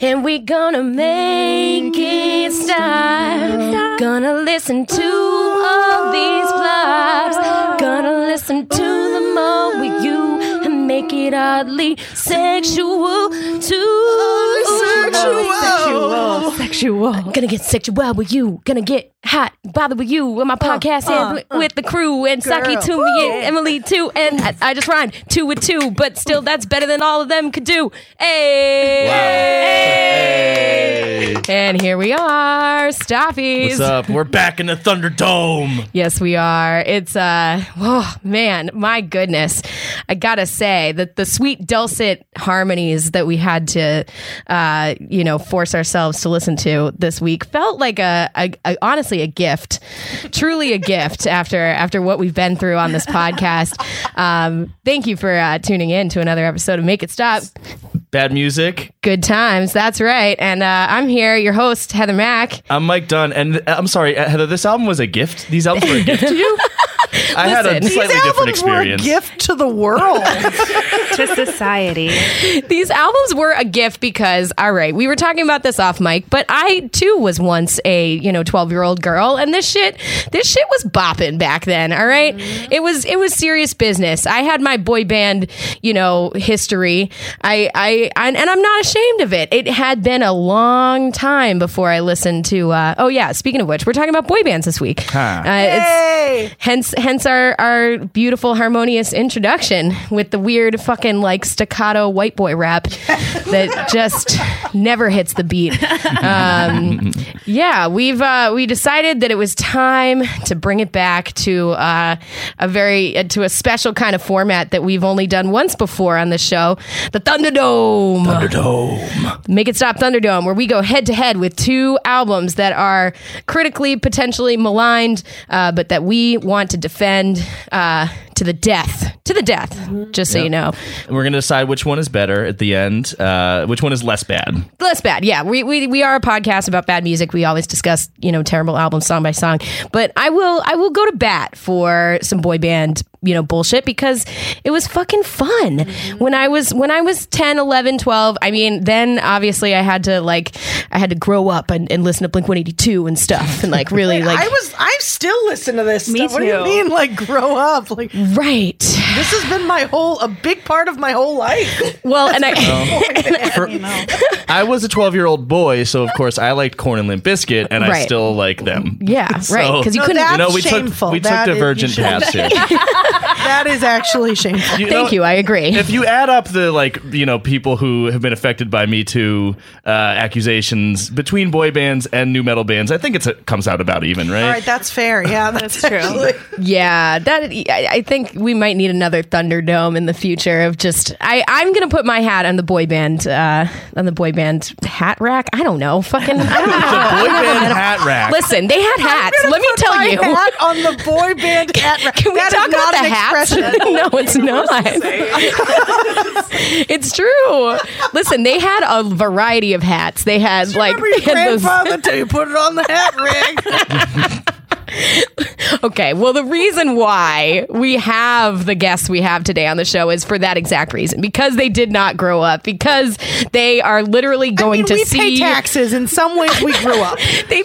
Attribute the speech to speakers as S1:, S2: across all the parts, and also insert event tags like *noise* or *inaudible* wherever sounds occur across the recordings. S1: And we gonna make it stop. Gonna listen to all these plots. Gonna listen to them all with you and make it oddly sexual too.
S2: Sexual.
S3: Sexual.
S1: Gonna get sexual with you. Gonna get hot, bother with you. With my podcast and with, with the crew and Saki
S2: Uh, Girl.
S1: Toomey and Emily too. And I, I just rhymed two with two, but still that's better than all of them could do. Hey. And here we are, Stoppies.
S4: What's up? We're back in the Thunderdome.
S1: Yes, we are. It's uh oh man, my goodness. I gotta say that the sweet dulcet harmonies that we had to uh, you know, force ourselves to listen to this week felt like a, a, a honestly a gift. Truly a gift *laughs* after after what we've been through on this podcast. Um, thank you for uh, tuning in to another episode of Make It Stop.
S4: Bad music.
S1: Good times, that's right. And uh, I'm here, your host, Heather Mack.
S4: I'm Mike Dunn, and uh, I'm sorry, uh, Heather. This album was a gift. These albums were a gift to you. I had a
S1: Listen, these
S4: slightly different
S2: Albums were a
S4: experience.
S2: gift to the *laughs* world.
S3: to society.
S1: These albums were a gift because, all right, we were talking about this off mic, but I too was once a you know twelve year old girl, and this shit, this shit was bopping back then. All right? it was it was serious business. I had my boy band, you know, history. I I and, and I'm not ashamed of it. It had been a long time before I listened to. Uh, oh yeah, speaking of which, we're talking about boy bands this week. Uh, it's,
S2: hey,
S1: Hence, hence our our beautiful harmonious introduction with the weird fucking like staccato white boy rap that just never hits the beat. Um, yeah, we've uh, we decided that it was time to bring it back to uh, a very uh, to a special kind of format that we've only done once before on the show, the Thunderdome.
S4: Thunderdome.
S1: Make It Stop Thunderdome, where we go head to head with two albums that are critically, potentially maligned, uh, but that we want to defend uh, to the death. To the death, just so you know.
S4: And we're gonna decide which one is better at the end. Uh, which one is less bad?
S1: Less bad. Yeah, we, we, we are a podcast about bad music. We always discuss, you know, terrible albums song by song. But I will I will go to bat for some boy band, you know, bullshit because it was fucking fun. When I was when I was 10, 11, 12, I mean, then obviously I had to like I had to grow up and, and listen to Blink 182 and stuff and like
S2: *laughs*
S1: really like
S2: I was. I still listen to this.
S3: Me
S2: stuff. What do you
S3: too.
S2: mean? Like grow up? Like
S1: *laughs*
S2: this
S1: right.
S2: has been my whole a big part of my whole life.
S1: *laughs* Well, and I
S4: For- I was a 12 year old boy, so of course I liked Corn and Limp Biscuit, and I
S1: Right.
S4: still like them.
S1: yeah, right, because you
S2: No,
S1: couldn't
S2: that-
S4: You know, we
S2: shameful.
S4: took we
S2: That
S4: took
S2: is-
S4: divergent
S2: you
S4: paths
S2: *laughs*
S4: here.
S2: That is actually shameful.
S4: know-
S1: Thank you. I agree.
S4: if you add up the like you know people who have been affected by me too uh, accusations between boy bands and new metal bands i think it's it comes out about even right,
S2: All right, that's fair. Yeah, that's,
S3: That's true.
S2: actually-
S1: Yeah, that I, I think we might need another Thunderdome in the future of just I I'm gonna put my hat on the boy band uh, on the boy band hat rack. I don't know, fucking. I
S4: *laughs*
S1: don't know.
S4: boy
S1: I don't
S4: band
S1: know.
S4: hat rack
S1: Listen, they had
S2: *laughs*
S1: hats. Let me
S2: Put
S1: tell
S2: my
S1: you.
S2: hat on the boy band hat. rack.
S1: *laughs* Can we
S2: That is
S1: talk about
S2: not
S1: the
S2: an
S1: hats?
S2: expression.
S1: no, it's not. *laughs* it's true. Listen, they had a variety of hats. They had *laughs* like
S2: Remember your
S1: they *laughs* had those-
S2: grandfather till you put it on
S1: *laughs*
S2: the hat rack.
S1: Okay, well, the reason why we have the guests we have today on the show is for that exact reason because they did not grow up, because they are literally going
S2: I mean,
S1: to
S2: we
S1: see.
S2: pay taxes. In some ways, we grew up.
S1: *laughs* They,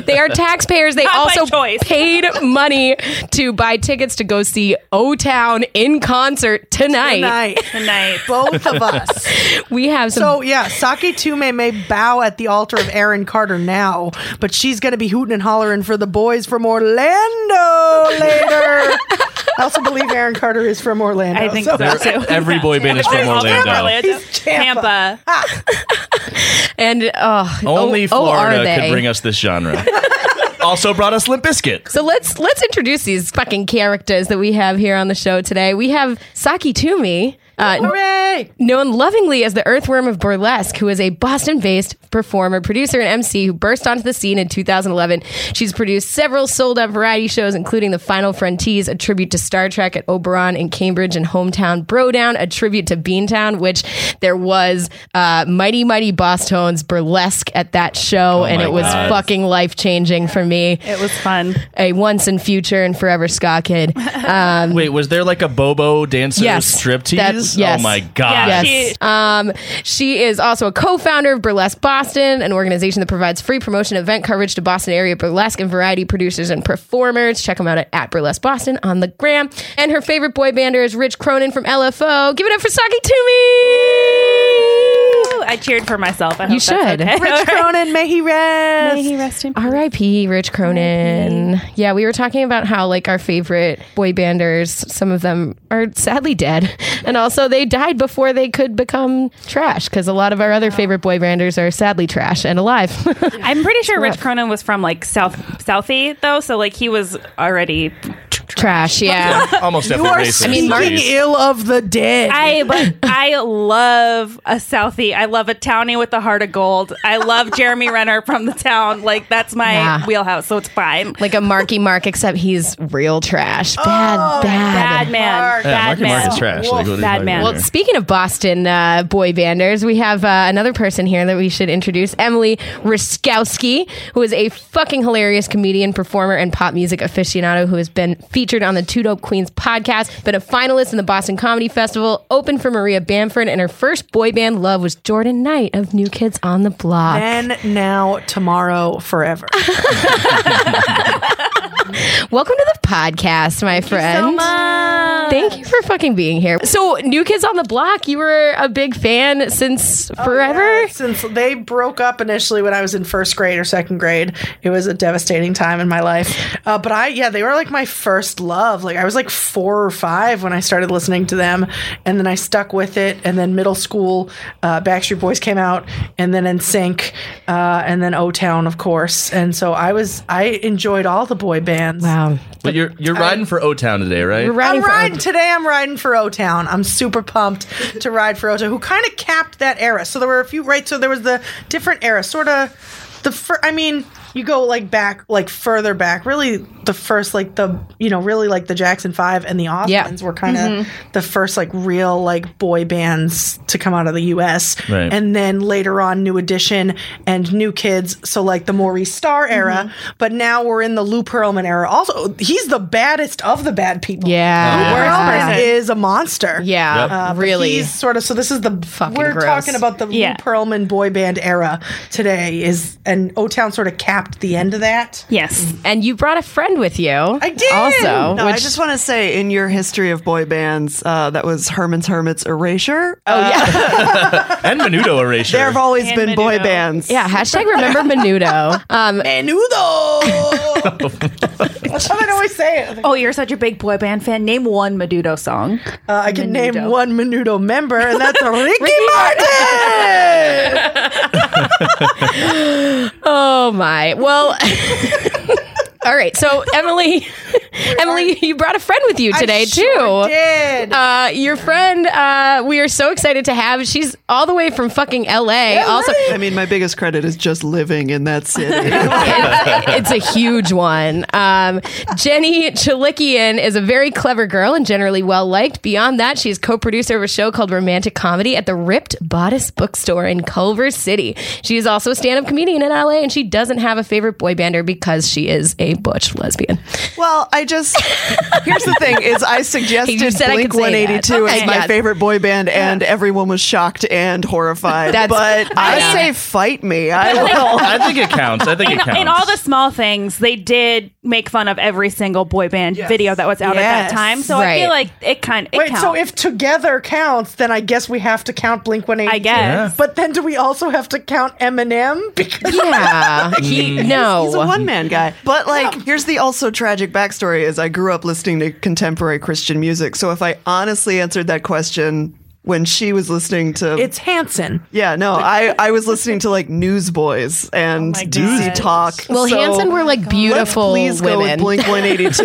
S1: they are taxpayers. They
S3: Not by
S1: also
S3: choice.
S1: paid money to buy tickets to go see O Town in concert tonight.
S2: Tonight,
S4: *laughs*
S3: Nice.
S2: both
S1: *laughs*
S2: of us.
S1: We have some.
S2: So yeah, Saki Tume may bow at the altar of Aaron Carter now, but she's gonna be hooting and hollering for the boys from Orlando later. I also believe Aaron Carter is from Orlando.
S3: I think
S2: so.
S3: so, too.
S4: every boy band is from orlando
S3: Tampa.
S1: and oh,
S4: only
S1: oh, oh, are
S4: florida
S1: they.
S4: could bring us this genre also brought us limp biscuit
S1: So let's let's introduce these fucking characters that we have here on the show today. We have Saki Toomey. Uh,
S3: *laughs*
S2: Hooray!
S1: uh,
S4: Oh my
S1: it was
S4: God.
S1: fucking life changing for me.
S3: It was fun.
S1: A once in future and forever ska kid.
S4: wait was there like a bobo dancer
S1: Yes,
S4: striptease
S1: that-
S4: Yes.
S1: Yes.
S4: Oh my gosh.
S3: Yeah,
S1: Yes. Um, she is also a co-founder of Burlesque Boston, an organization that provides free promotion and event coverage to Boston area burlesque and variety producers and performers. Check them out at, at Burlesque Boston on the gram. And her favorite boy bander is Rich Cronin from LFO. Give it up for Saki Toomey.
S3: I cheered for myself. I
S1: You
S3: hope that's
S1: should.
S3: okay.
S2: Rich
S3: *laughs*
S2: Cronin, may he rest.
S3: May he rest in peace.
S1: R.I.P. Rich Cronin. Yeah, we were talking about how like our favorite boy banders, some of them are sadly dead, and also they died before they could become trash because a lot of our other favorite boy banders are sadly trash and alive.
S3: I'm pretty sure Rich
S1: rough.
S3: Cronin was from like South Southie though, so like he was *laughs* already.
S1: trash,
S4: *laughs*
S1: yeah.
S4: Almost
S2: You
S4: definitely
S2: are
S4: racist.
S2: speaking
S4: Jeez.
S2: ill of the dead.
S3: I but I love a Southie. I love a townie with a heart of gold. I love Jeremy Renner from the town. Like that's my
S1: Yeah.
S3: wheelhouse, so it's fine.
S1: like a Marky Mark, except he's real trash. Bad, bad.
S3: Bad man.
S2: Mark.
S4: Yeah,
S3: Bad
S4: Marky Mark is
S3: man.
S4: trash. Like, what are you
S3: Bad
S4: talking
S3: man.
S4: about
S1: Well,
S4: here?
S1: speaking of Boston uh, boy banders, we have uh, another person here that we should introduce Emily Ruskowski, who is a fucking hilarious comedian, performer, and pop music aficionado who has been featured on the Two Dope Queens podcast, been a finalist in the Boston Comedy Festival, opened for Maria Bamford, and her first boy band love was Jordan Knight of New Kids on the Block.
S2: Then, now, tomorrow, forever.
S1: Welcome to the podcast, my friend. Thank you for fucking being here. So, New Kids on the Block, you were a big fan since
S2: Oh,
S1: forever.
S2: Yeah, since they broke up initially when I was in first grade or second grade, it was a devastating time in my life. Uh, but I, yeah, they were like my first love. Like I was like four or five when I started listening to them, and then I stuck with it. And then middle school, uh, Backstreet Boys came out, and then NSYNC, uh, and then O Town, of course. And so I was, I enjoyed all the boy bands.
S1: Wow.
S4: But you're you're riding for O Town today, right?
S1: You're riding
S2: I'm
S1: for-
S2: riding today. I'm riding for O Town. I'm super pumped to ride for O Town, who kind of capped that era. So there were a few, right? So there was the different era, sort of the. Fir- I mean, you go like back, like further back. Really, the first, like the you know, really like the Jackson Five and the Osmonds
S1: Yeah. Mm-hmm.
S2: were kind of the first like real like boy bands to come out of the U.S.
S4: Right.
S2: And then later on, New Edition and New Kids. So like the Maurice Starr era.
S1: Mm-hmm.
S2: But now we're in the Lou Pearlman era. Also, he's the baddest of the bad people.
S1: Yeah.
S2: Lou Pearlman
S3: Yeah.
S2: is a monster.
S1: Yeah,
S4: Yep.
S2: Uh, but
S1: really.
S2: He's sort of so this is the
S1: Fucking
S2: we're
S1: gross.
S2: talking about the
S3: Yeah.
S2: Lou Pearlman boy band era today is and O Town sort of capped the end of that.
S3: Yes.
S1: and you brought a friend with you.
S2: I did!
S1: Also,
S5: No,
S1: which
S5: I just want to say in your history of boy bands, uh, that was Herman's Hermits Erasure. Uh,
S4: And Menudo erasure.
S5: there have always
S3: And
S5: been boy
S3: Menudo.
S2: *laughs*
S5: bands.
S1: yeah, hashtag remember Menudo. Um,
S2: Menudo.
S1: *laughs*
S2: That's how they always say it.
S3: Oh, you're such a big boy band fan. Name one Menudo song.
S2: Uh, I can name
S3: Menudo.
S2: one Menudo member,
S1: *laughs*
S2: and that's Ricky Martin.
S1: oh my. Well. *laughs* All right, so
S2: *laughs*
S1: Emily, Emily, you brought a friend with you today
S2: I
S1: too.
S2: sure Did.
S1: Uh, your friend, uh, we are so excited to have. She's all the way from fucking LA. Also,
S5: I mean, my biggest credit is just living in
S1: *laughs*
S5: that city.
S1: it's, it's a huge one. Um, Jenny Chalikian is a very clever girl and generally well liked. Beyond that, she is co producer of a show called Romantic Comedy at the Ripped Bodice Bookstore in Culver City. She is also a stand up comedian in LA and she doesn't have a favorite boy bander because she is a butch lesbian.
S5: Well, I just here's the thing: is I suggested
S1: You said I could
S5: Blink
S1: say
S5: One Eighty Two
S1: that.
S5: as
S1: Okay.
S5: my
S1: Yeah.
S5: favorite boy band, and everyone was shocked and horrified.
S1: That's-
S5: but
S1: I
S5: I,
S1: know.
S5: say, fight
S1: *laughs*
S5: me! I will.
S4: I think it counts. I think it counts.
S3: In all the small things, they did make fun of every single boy band video that was out at
S2: Yes.
S3: that time. So I
S1: Right.
S3: feel like it kind of
S2: Wait,
S3: counts.
S2: so if together counts, then I guess we have to count Blink One Eighty.
S3: I guess.
S2: But then do we also have to count Eminem? Because
S1: Yeah. he, no.
S5: He's a one man guy. Oh, But like, here's the also tragic backstory: is I grew up listening to contemporary Christian music. So if I honestly answered that question when she was listening to
S2: it's Hanson.
S5: Yeah, no, I, I was listening to like Newsboys and
S3: my
S5: DC
S3: God.
S5: Talk.
S1: well,
S5: so
S1: Hanson were like
S5: let's
S1: beautiful
S5: please go with
S1: women. *laughs*
S5: Blink 182.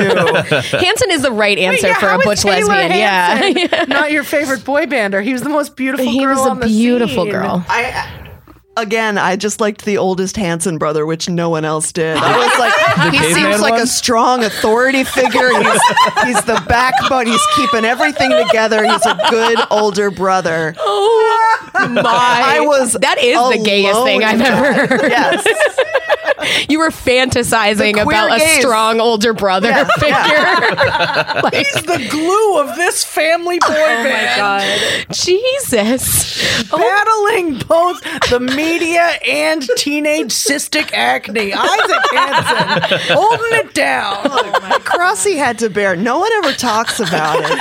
S1: Hanson is the right answer for a butch lesbian. *laughs* Yeah.
S2: yeah. Not your favorite boy bander. He was the most beautiful
S1: he
S2: girl
S1: was a
S2: on the
S1: beautiful
S2: scene.
S1: girl.
S5: I again, I just liked the oldest Hanson brother, which no one else did. I
S4: *laughs*
S5: was like, he
S4: caveman
S5: seems like
S4: one?
S5: a strong authority figure. He's, he's the backbone. He's keeping everything together. He's a good older brother.
S1: Oh my!
S5: I was
S1: That is the gayest
S5: alone
S1: thing I've
S5: in
S1: ever heard.
S5: Yes.
S1: *laughs* you were fantasizing
S5: The queer
S1: about
S5: gaze.
S1: a strong older brother figure. like,
S2: the glue of this family boy
S1: *laughs*
S2: band.
S1: Jesus.
S2: Battling both the media and teenage cystic acne. Isaac Hansen holding it down.
S5: Crossy had to bear. No one ever talks about it,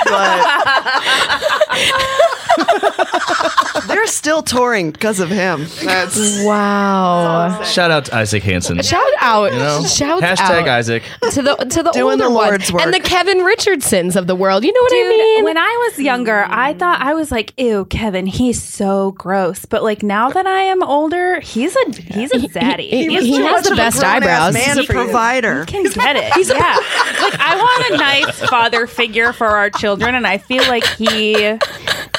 S5: but *laughs* they're still touring because of him. That's
S1: Wow.
S4: Shout out to Isaac Hansen.
S1: Shout out.
S4: You know?
S1: Shout
S4: Hashtag
S1: out.
S4: Isaac.
S1: to the to the
S5: Doing
S1: older
S5: the
S1: ones
S5: Lord's work.
S1: and the Kevin Richardsons of the world. You know what I
S3: Dude,
S1: mean?
S3: when I was younger, I thought I was like, "Ew, Kevin, he's so gross." But like now that I am older, he's a he's a zaddy.
S1: he-
S3: He's
S1: he
S3: too
S1: has
S3: much
S1: the
S3: of a
S1: best
S3: grown-ass
S1: eyebrows.
S3: man.
S5: man
S3: He
S5: provider.
S3: Can get it. yeah. like I want a nice father figure for our children, and I feel like he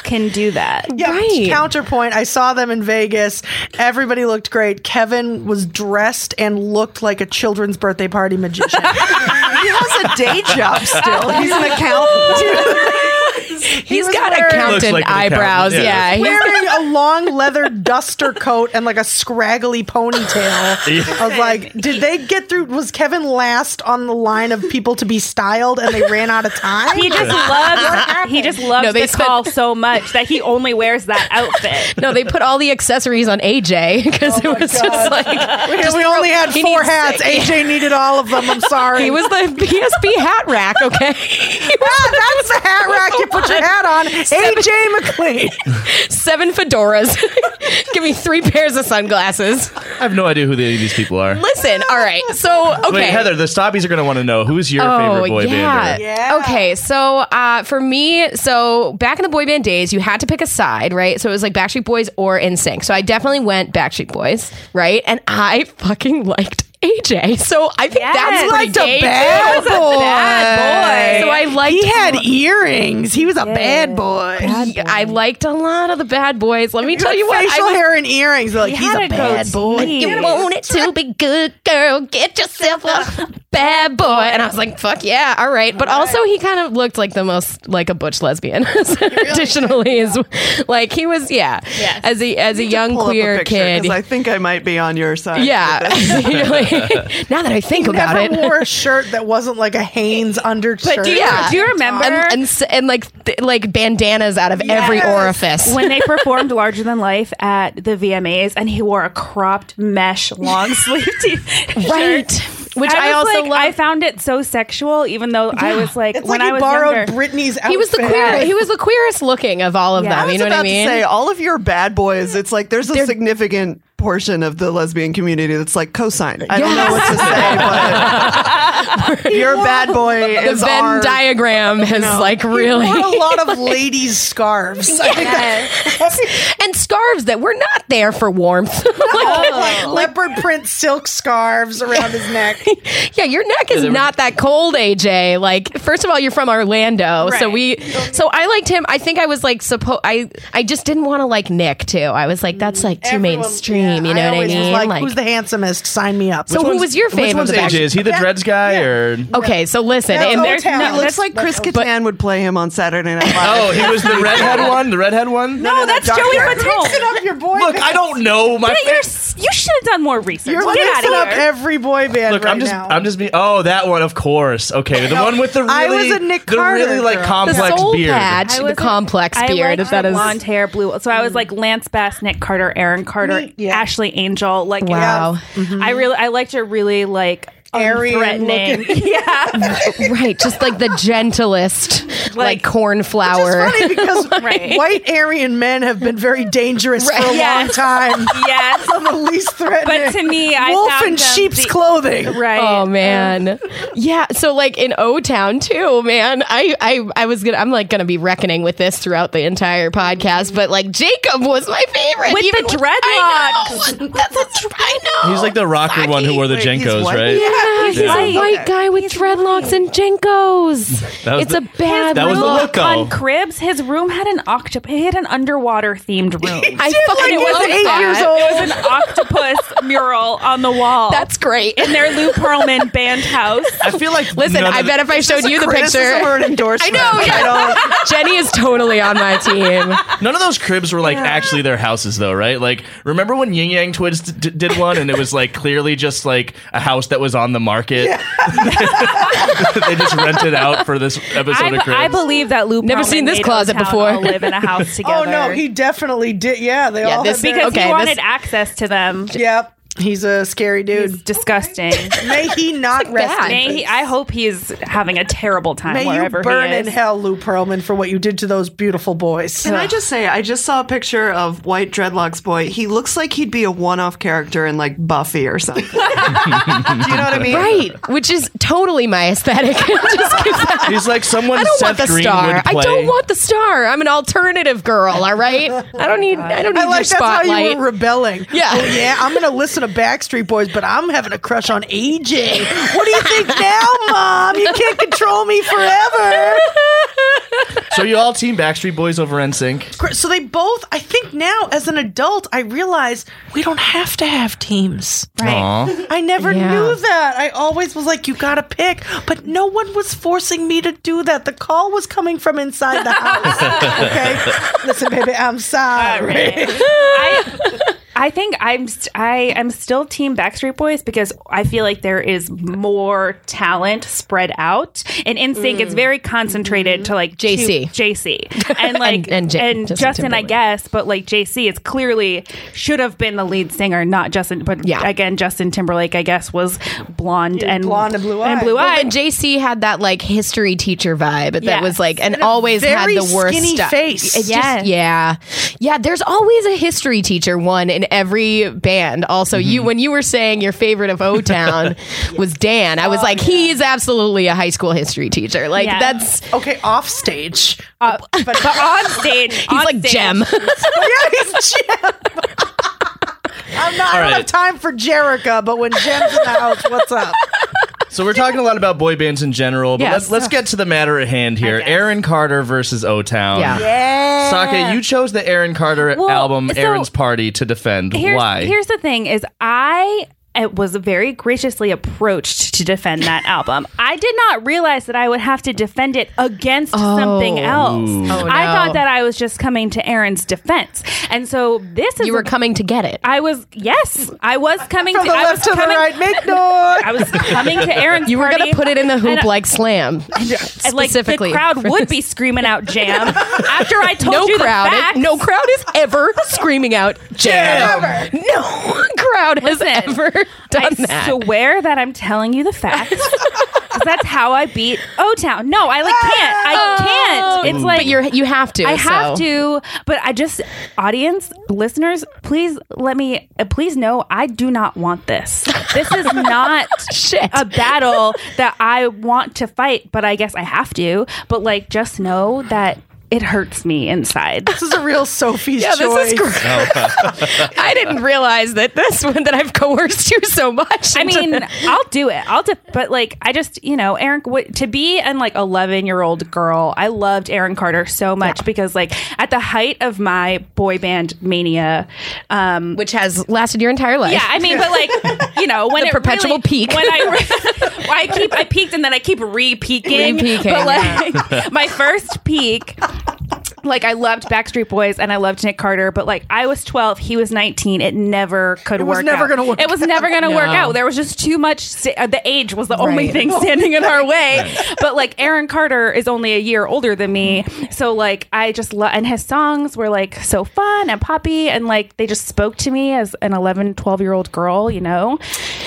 S3: can do that.
S2: Yeah,
S1: Right.
S2: counterpoint. I saw them in Vegas. Everybody looked great. Kevin was dressed and looked like a children's birthday party magician.
S5: He has a day job still. He's an accountant.
S1: he's
S2: was
S1: got
S2: wearing-
S1: accountant
S4: Looks like an
S1: eyebrows.
S4: accountant, yeah.
S1: yeah, he's
S2: Wearing a long leather duster coat and like a scraggly ponytail. I was like, did they get through? Was Kevin last on the line of people to be styled and they ran out of time?
S3: He just loves he just loves
S1: No, they
S3: the
S1: spent-
S3: call so much that he only wears that outfit.
S1: No, they put all the accessories on *laughs* AJ because it was just like
S2: we we only had
S1: he
S2: four
S1: needs
S2: hats.
S1: six.
S2: AJ needed all of
S1: *laughs*
S2: them. I'm sorry.
S1: he was the PSP hat rack. Okay, *laughs* He was-
S2: Ah, that's the hat rack you
S1: *laughs*
S2: put your hat on. AJ McLean.
S1: seven fedoras. *laughs* Give me three pairs of sunglasses.
S4: I have no idea who any of these people are.
S1: Listen, all right. So okay, Oh,
S4: Wait, Heather, the Stoppies are going to want to know who's your favorite boy
S1: yeah.
S4: bander.
S2: Yeah.
S1: Okay, so uh, for me, so back in the boy band days, you had to pick a side, right? So it was like Backstreet Boys or NSYNC. So I definitely went Backstreet Boys, right? And I fucking liked AJ. So I think
S3: Yes.
S1: that's pretty
S2: Liked a
S1: gay,
S2: bad
S1: too.
S2: boy.
S1: Bad boy. So I liked
S2: He had earrings. He was a bad boy.
S1: Yeah, I liked a lot of the bad boys. Let me *laughs*
S2: Tell
S1: tell you what,
S2: facial
S1: I was,
S2: hair and earrings. Like
S3: He
S2: he's
S3: had
S2: a
S3: a
S2: bad
S3: goatee.
S2: boy.
S1: You want it to be good, girl. Get yourself a bad boy. And I was like, fuck yeah, all right. But also, he kind of looked like the most like a butch lesbian. *laughs* Additionally, is like he was yeah, as a as a young
S5: Pull up a
S1: queer
S5: picture,
S1: kid.
S5: 'cause I think I might be on your side.
S1: yeah. *laughs* now that I think about
S2: Never
S1: it, *laughs*
S2: wore a shirt that wasn't like a Hanes undershirt.
S3: But do you,
S1: Yeah.
S3: do you remember
S1: and, and s- and like th- like bandanas out of every
S2: Yes.
S1: orifice.
S3: *laughs* when they performed Larger Than Life at the VMAs and he wore a cropped mesh *laughs* long sleeve t- shirt.
S1: Right. Which I,
S3: was
S1: also
S3: like,
S1: love.
S3: I found it so sexual, even though I was like,
S2: It's
S3: when
S2: like he
S3: I was
S2: borrowed
S3: younger,
S2: Britney's outfit.
S1: he was the queer. He was the queerest looking of all of
S3: Yeah.
S1: them. You
S5: was
S1: know what
S5: about
S1: I mean?
S5: to say all of your bad boys. It's like there's a significant portion of the lesbian community that's like cosine. I don't know what to
S1: *laughs*
S5: say, but your bad boy
S1: the
S5: is
S1: Venn
S5: our.
S1: diagram has like really
S2: *laughs* He wore a lot
S3: *laughs*
S2: of ladies' scarves. *laughs* I think that-
S1: and scarves that were not there for warmth. *laughs* like,
S3: Oh.
S2: like leopard print silk scarves around his
S3: *laughs*
S2: neck.
S1: yeah, your neck is not that cold, AJ. Like, first of all, you're from Orlando, so
S3: Right.
S1: we. So I liked him. I think I was like supposed. I I just didn't want to like Nick too. I was like, that's like too
S2: Everyone-
S1: mainstream.
S2: yeah,
S1: you know what I
S2: always was
S1: mean?
S2: Like, who's the handsomest? Sign me up.
S1: so who was your
S4: Which
S1: favorite?
S4: one's AJ? Is he the
S2: Yeah.
S4: dreads guy or?
S1: Okay, so listen.
S2: Yeah,
S1: in
S2: oh, *laughs*
S1: there-
S3: there's no,
S2: Town.
S5: It looks
S3: that's,
S5: like Chris Kattan would play him on Saturday Night Live.
S4: Oh, he was the redhead one. The redhead one.
S3: no, Oh, that's
S5: dark
S3: Joey
S2: *laughs*
S5: hair.
S2: mixing
S3: Fatone.
S2: up your boy?
S4: Look,
S2: band.
S4: I don't know my.
S3: But
S4: fa-
S3: You're, s- you should have done more research.
S2: You're
S3: Get
S2: mixing
S3: out
S2: up
S3: of here.
S2: every boy band.
S4: Look,
S2: right
S4: I'm just,
S2: now.
S4: I'm just being. Oh, that one, of course. Okay, the one with the really,
S2: I was a Nick
S4: the
S2: Carter
S4: really like
S2: girl.
S1: the
S4: complex
S1: soul
S4: beard.
S1: patch,
S3: I
S1: the
S3: was-
S1: complex
S3: I
S1: beard.
S3: liked
S1: If that
S3: the
S1: is
S3: blonde hair, blue. So I was like Lance Bass, Nick Carter, Aaron Carter,
S2: Me- Mm, yeah.
S3: Ashley Angel. Like, it
S1: Wow.
S3: was- I really, I liked her really like
S2: Aryan
S3: threatening. *laughs* yeah,
S1: right, just like the gentlest, like,
S3: Like-
S1: cornflower.
S2: It's funny because
S3: *laughs* Right.
S2: white Aryan men have been very dangerous for a long
S3: Yes. *laughs*
S2: time.
S3: yes.
S2: the least threatening.
S3: But to me, I
S2: wolf
S3: found
S2: in
S3: them
S2: sheep's
S3: the-
S2: clothing.
S3: Right.
S1: Oh man, yeah. So like in O Town too, man. I, I I was gonna. I'm like gonna be reckoning with this throughout the entire podcast. But like Jacob was my favorite
S3: With the
S1: even I know. *laughs* That's a, I know.
S4: He's like the rocker one who wore the
S5: Wait, he's
S4: Jenkos,
S5: what?
S4: right?
S1: he's
S4: Yeah.
S1: a white guy with dreadlocks and Jenkos.
S4: *laughs* That was
S1: It's
S4: the-
S1: a bad
S4: that was the
S1: look.
S4: look. Loco.
S3: on Cribs, his room had an octopus. He had an underwater themed *laughs* room.
S1: I fucking
S2: like
S1: love
S2: it's eight
S1: that.
S2: years
S3: It was an *laughs* octopus mural on the wall.
S1: That's great.
S3: in their Lou Pearlman band *laughs* house.
S4: I feel like
S1: Listen,
S4: none
S1: I
S4: of
S1: bet if I showed you the
S5: criticism or
S1: picture,
S5: an endorsement.
S1: I know, yeah. *laughs*
S5: don't-
S1: Jenny is totally on my team.
S4: None of those cribs were like actually their houses, though, right? Like, remember when Yin Yang Twins d- d- did one, and it was like clearly just like a house that was on the market. *laughs* they just rented out for this episode
S3: I,
S4: of
S3: be-
S4: Cribs.
S3: I believe that Lou
S1: Never
S3: Pearlman
S1: seen this
S3: made
S1: closet
S3: Uptown
S1: before.
S3: all live in a house
S2: *laughs* Oh
S3: together.
S2: no, he definitely did. Yeah, they all
S1: this-
S2: had their-
S3: because
S1: Okay,
S3: he wanted
S1: this-
S3: access
S1: *laughs*
S3: to them.
S2: Yep, he's a scary dude.
S3: It's
S2: *laughs*
S3: disgusting.
S2: May he not rest.
S1: bad.
S2: in
S3: May he,
S2: peace.
S3: I hope he's having a terrible time
S2: May you
S3: wherever
S2: burn
S3: he
S2: in
S3: is.
S2: hell, Lou Pearlman, for what you did to those beautiful boys.
S5: Can I just say, I just saw a picture of White Dreadlocks Boy. He looks like he'd be a one off character in like Buffy or something. Do you know what I mean?
S1: Right, which is totally my aesthetic. *laughs* Just give that-
S4: He's like someone
S1: I don't
S4: Seth
S1: want the
S4: Green
S1: star.
S4: would
S1: I
S4: play.
S1: don't want the star. I'm an alternative girl. All right, I don't need. I don't need
S2: I like
S1: your
S2: that's how
S1: spotlight.
S2: you were rebelling.
S1: Yeah.
S2: Oh, yeah, I'm going to listen to Backstreet Boys, but I'm having a crush on AJ. What do you think now, Mom? You can't control me forever.
S4: So you all team Backstreet Boys over NSYNC.
S2: Cr- So they both, I think now as an adult, I realize we don't have to have teams.
S3: Right.
S4: Aw.
S2: I never
S1: Yeah.
S2: knew that. I always was like, you gotta pick. But no one was forcing me to do that. The call was coming from inside
S1: *laughs*
S2: the house. okay. Listen, baby, I'm sorry.
S3: I, I think I'm st- I am still team Backstreet Boys because I feel like there is more talent spread out, and NSYNC is very concentrated to like
S1: JC. *laughs*
S3: two- JC, and like
S1: and
S3: and,
S1: J- Justin
S3: Justin, I
S1: Timberlake.
S3: guess, but like JC is clearly should have been the lead singer, not Justin, but
S1: Yeah.
S3: again Justin Timberlake I guess was blonde and
S2: blonde and blue-eyed.
S3: and blue eyed.
S1: *laughs* And JC had that like history teacher vibe that
S3: Yes.
S1: was like, and,
S2: a
S1: always had
S2: very
S1: the worst
S2: skinny
S1: stuff.
S2: face.
S1: It just-
S3: Yeah.
S1: yeah, yeah. There's always a history teacher one in every band. Also, you
S4: Mm-hmm.
S1: when you were saying your favorite of O Town
S4: *laughs*
S1: was Dan,
S4: Oh,
S1: I was like, he is absolutely a high school history teacher. Like
S3: Yeah.
S1: that's
S2: Okay, off stage.
S1: Uh,
S3: but, but on stage, he's
S1: he's like Gem.
S2: *laughs*
S3: *laughs*
S2: yeah,
S1: *laughs*
S2: he's Jim. I'm not, I don't
S4: right.
S2: have time for Jerica, but when Jim's in the house, what's up?
S4: *laughs* So we're talking a lot about boy bands in general, but
S1: Yes.
S4: let's, let's get to the matter at hand here.
S3: guess.
S4: Aaron Carter versus O Town.
S1: Yeah.
S2: Yeah.
S4: Saka, you chose the Aaron Carter
S3: Well,
S4: album,
S3: so-
S4: Aaron's Party, to defend.
S3: here's,
S4: Why?
S3: Here's the thing: is I uh, was very graciously approached to defend that album. I did not realize that I would have to defend it against something else. I
S1: Oh. no.
S3: thought that I was just coming to Aaron's defense, and so this is
S1: you were
S3: a-
S1: coming to get it.
S3: I was yes, I was coming
S2: From
S3: to
S2: the
S3: I was
S2: left to the
S3: coming,
S2: right, make noise.
S3: *laughs* I was coming to Aaron's.
S1: You were
S3: party,
S1: gonna put it in the hoop
S3: and-
S1: like slam.
S3: and, like the
S1: specifically
S3: crowd
S1: for *laughs*
S3: would
S1: this.
S3: be screaming out "Jam" after I told
S1: no
S3: you
S1: crowd.
S3: the facts.
S1: No crowd is ever screaming out jam. No *laughs* crowd has
S3: Listen,
S1: ever *laughs* done
S3: I
S1: that.
S3: swear that I'm telling you the facts. *laughs* 'Cause that's how I beat O Town. No, I like can't. I can't. It's like
S1: Oh. Mm, Um, but you're you have to.
S3: I have
S1: so.
S3: to, but I just audience listeners, please let me uh, please know I do not want this.
S1: *laughs*
S3: This is not
S1: Shit.
S3: a battle that I want to fight, but I guess I have to. But like, just know that it hurts me inside.
S2: This is a real Sophie's
S1: Yeah, this
S2: choice.
S1: is great. *laughs* I didn't realize that this one that I've coerced you so much.
S3: I
S1: into
S3: mean,
S1: this.
S3: I'll do it. I'll, de- but like, I just, you know, Aaron, w- to be an like 11 year old girl, I loved Aaron Carter so much because like at the height of my boy band mania, um,
S1: which has lasted your entire life.
S3: yeah, I mean, but like, you know, when
S1: *laughs* The
S3: it
S1: perpetual
S3: really-
S1: peak.
S3: When I,
S1: *laughs*
S3: re- *laughs* I keep, I peaked and then I keep re-peaking.
S1: Re-peaking,
S3: But
S1: *laughs*
S3: like, *laughs* my first peak. Like I loved Backstreet Boys and I loved Nick Carter, but like I was twelve, he was nineteen. It never could
S2: was
S3: work.
S2: never
S3: out.
S2: gonna work
S3: It was never gonna work
S1: No.
S3: out. There was just too much. St- uh, the age was the only
S1: Right.
S3: thing standing in our way. But like Aaron Carter is only a year older than me, so like I just love and his songs were like so fun and poppy and like they just spoke to me as an 11, 12 year old girl. You know,